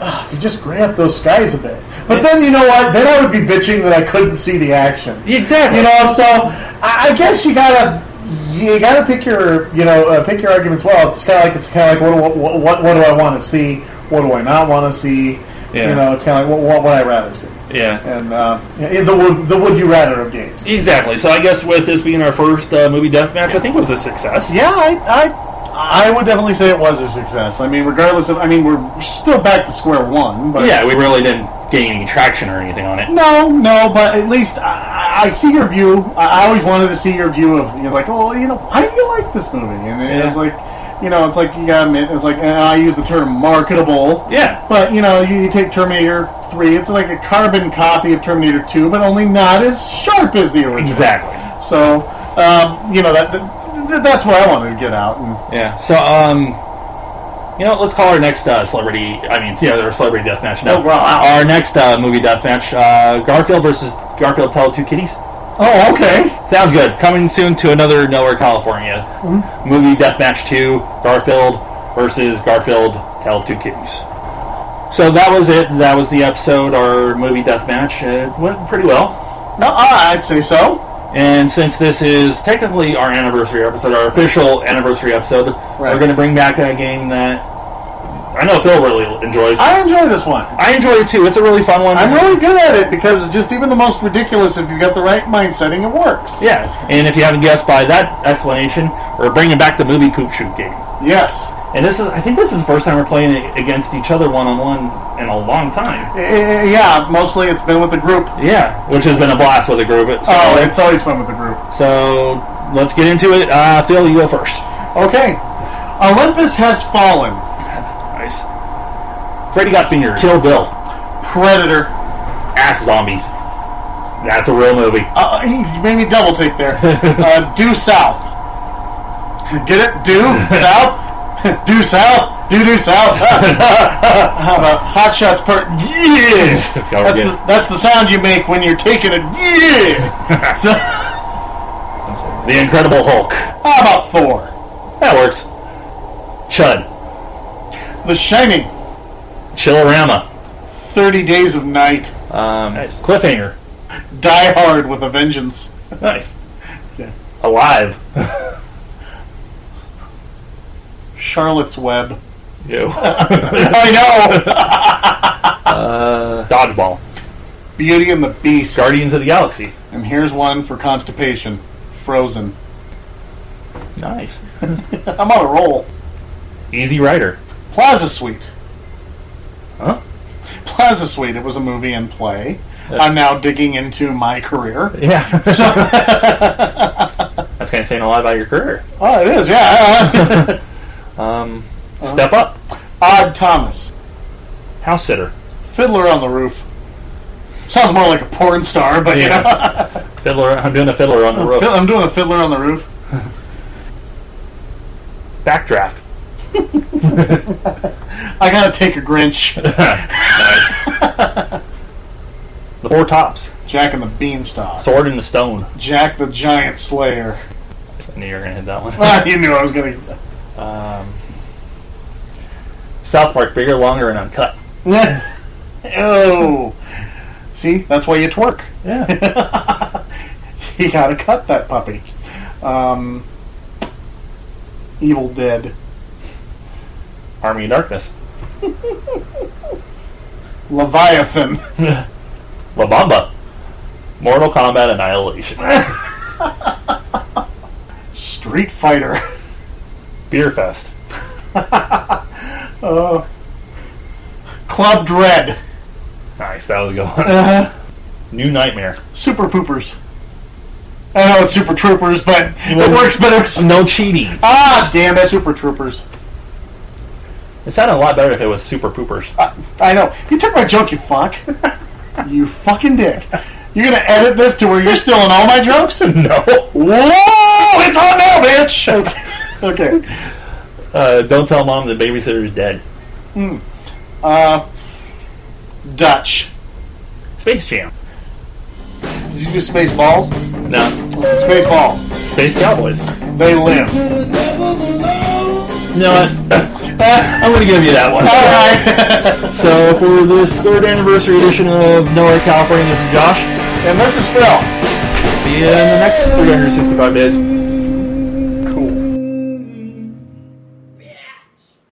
Speaker 1: Ah, if you just grab those skies a bit. But
Speaker 3: Yeah.
Speaker 1: then, you know what? Then I would be bitching that I couldn't see the action.
Speaker 3: Exactly.
Speaker 1: You know, so I, I guess you gotta you gotta pick your you know uh, pick your arguments well. It's kind of like it's kind of like what, do- what what what do I want to see? What do I not want to see?
Speaker 3: Yeah.
Speaker 1: You know, it's kind of like what, what would I rather see?
Speaker 3: Yeah.
Speaker 1: And uh, yeah, the would the would you rather of games?
Speaker 3: Exactly. So I guess with this being our first uh, movie deathmatch, I think it was a success.
Speaker 4: Yeah, I, I, I would definitely say it was a success. I mean, regardless of, I mean, we're still back to square one, but
Speaker 3: Yeah, we really didn't gain any traction or anything on it.
Speaker 4: No, no, but at least I, I- I see your view. I, I always wanted to see your view of you know, like, oh, you know, why do you like this movie? And it was
Speaker 3: Yeah.
Speaker 4: like, you know, it's like you got to it's like, and I use the term marketable.
Speaker 3: Yeah.
Speaker 4: But you know, you, you take Terminator Three. It's like a carbon copy of Terminator Two, but only not as sharp as the original.
Speaker 3: Exactly.
Speaker 4: So, um, you know that, that that's what I wanted to get out. And
Speaker 3: Yeah. So um, you know, let's call our next uh, celebrity. I mean, yeah, our celebrity deathmatch. No,
Speaker 4: Oh, wow.
Speaker 3: our next uh, movie deathmatch: uh, Garfield versus Garfield Tell Two Kitties.
Speaker 4: oh, okay.
Speaker 3: Sounds good. Coming soon to another Nowhere, California movie Deathmatch 2 Garfield versus Garfield Tell Two Kitties. So that was it. That was the episode, our movie Deathmatch. It went pretty well.
Speaker 4: No, I- I'd say so.
Speaker 3: And since this is technically our anniversary episode, our official anniversary episode,
Speaker 4: Right.
Speaker 3: we're going to bring back a game that I know Phil really enjoys. I,
Speaker 4: I enjoy this one.
Speaker 3: enjoy it too. It's a really fun one.
Speaker 4: I'm really good at it because just even the most ridiculous, if you've got the right mind setting, it works.
Speaker 3: yeah. And if you haven't guessed by that explanation, we're bringing back the movie poop shoot game.
Speaker 4: Yes.
Speaker 3: And this is, I think this is the first time we're playing it against each other one on one in a long time.
Speaker 4: Eh, eh, Yeah, mostly it's been with the group.
Speaker 3: Yeah, which has been a blast with the group. So,
Speaker 4: Oh, it's always fun with the group.
Speaker 3: so let's get into it. Uh, Phil, you go first.
Speaker 4: Okay. Olympus has fallen.
Speaker 3: Nice. Freddy got fingered. Kill Bill.
Speaker 4: Predator.
Speaker 3: Ass zombies. That's a real movie. (laughs)
Speaker 4: Uh, you made me double take there. Uh, due south. Get it? Due south. (laughs) Due south. Due due south. (laughs) How about hot shots per? Yeah.
Speaker 3: Go
Speaker 4: That's
Speaker 3: again.
Speaker 4: the, that's the sound you make when you're taking a yeah. So, how
Speaker 3: The Incredible Hulk.
Speaker 4: about Thor?
Speaker 3: That works. Chud.
Speaker 4: The Shining,
Speaker 3: Chillerama.
Speaker 4: 30 Days of Night,
Speaker 3: Um, nice. Cliffhanger.
Speaker 4: Die Hard with a Vengeance,
Speaker 3: Nice.
Speaker 4: Yeah.
Speaker 3: Alive.
Speaker 4: Charlotte's Web. (laughs)
Speaker 3: (laughs) You.
Speaker 4: I know!
Speaker 3: Uh, Dodgeball.
Speaker 4: Beauty and the Beast.
Speaker 3: Guardians of the Galaxy.
Speaker 4: and here's one for constipation Frozen.
Speaker 3: Nice.
Speaker 4: (laughs) I'm on a roll.
Speaker 3: Easy Rider.
Speaker 4: Plaza Suite.
Speaker 3: Huh?
Speaker 4: Plaza Suite. It was a movie in play. I'm now digging into my career.
Speaker 3: (laughs) Yeah. That's kind of saying a lot about your career.
Speaker 4: Oh, it is. Yeah. (laughs)
Speaker 3: Um, Step Up.
Speaker 4: Odd Thomas.
Speaker 3: House Sitter.
Speaker 4: Fiddler on the Roof. Sounds more like a porn star, but you know.
Speaker 3: Fiddler. I'm doing a Fiddler on the
Speaker 4: Fid-
Speaker 3: Roof.
Speaker 4: (laughs) I'm doing a Fiddler on the Roof.
Speaker 3: (laughs) Backdraft.
Speaker 4: I gotta take a Grinch. (laughs)
Speaker 3: The Four Tops.
Speaker 4: Jack and the Beanstalk.
Speaker 3: Sword in the Stone.
Speaker 4: Jack the Giant Slayer. (laughs) Ah,
Speaker 3: I knew you were going to hit that one.
Speaker 4: you knew I was gonna. get
Speaker 3: Um, South Park, bigger, longer, and uncut.
Speaker 4: that. (laughs) oh. See, that's why you twerk.
Speaker 3: Yeah.
Speaker 4: (laughs) You gotta cut that puppy. Um, Evil Dead.
Speaker 3: Army of Darkness.
Speaker 4: Leviathan.
Speaker 3: La Bamba. Mortal Kombat Annihilation.
Speaker 4: Street Fighter. (laughs)
Speaker 3: Beer Fest.
Speaker 4: Club Dread.
Speaker 3: Nice, that was a good one.
Speaker 4: Uh,
Speaker 3: New Nightmare.
Speaker 4: Super Poopers. I know it's Super Troopers, but it
Speaker 3: won't-
Speaker 4: works better.
Speaker 3: No cheating.
Speaker 4: Ah, damn it, Super Troopers.
Speaker 3: It sounded a lot better if it was Super (laughs) Poopers.
Speaker 4: I, I know. You took my joke, you (laughs) fuck. you fucking dick. You're gonna edit this to where you're stealing all my jokes?
Speaker 3: no.
Speaker 4: Whoa! It's on now, bitch! (laughs) Okay. okay.
Speaker 3: Uh, don't tell mom the babysitter's dead.
Speaker 4: Uh, Dutch.
Speaker 3: Space Jam.
Speaker 4: Did you do space balls?
Speaker 3: No.
Speaker 4: Space balls.
Speaker 3: Space Cowboys.
Speaker 4: They (laughs) live.
Speaker 3: (laughs) No, Uh, I'm going to give you that one. (laughs)
Speaker 4: Alright.
Speaker 3: So for this third anniversary edition of Nowhere California, this is Josh.
Speaker 4: and this is Phil.
Speaker 3: See you in the next 365 days.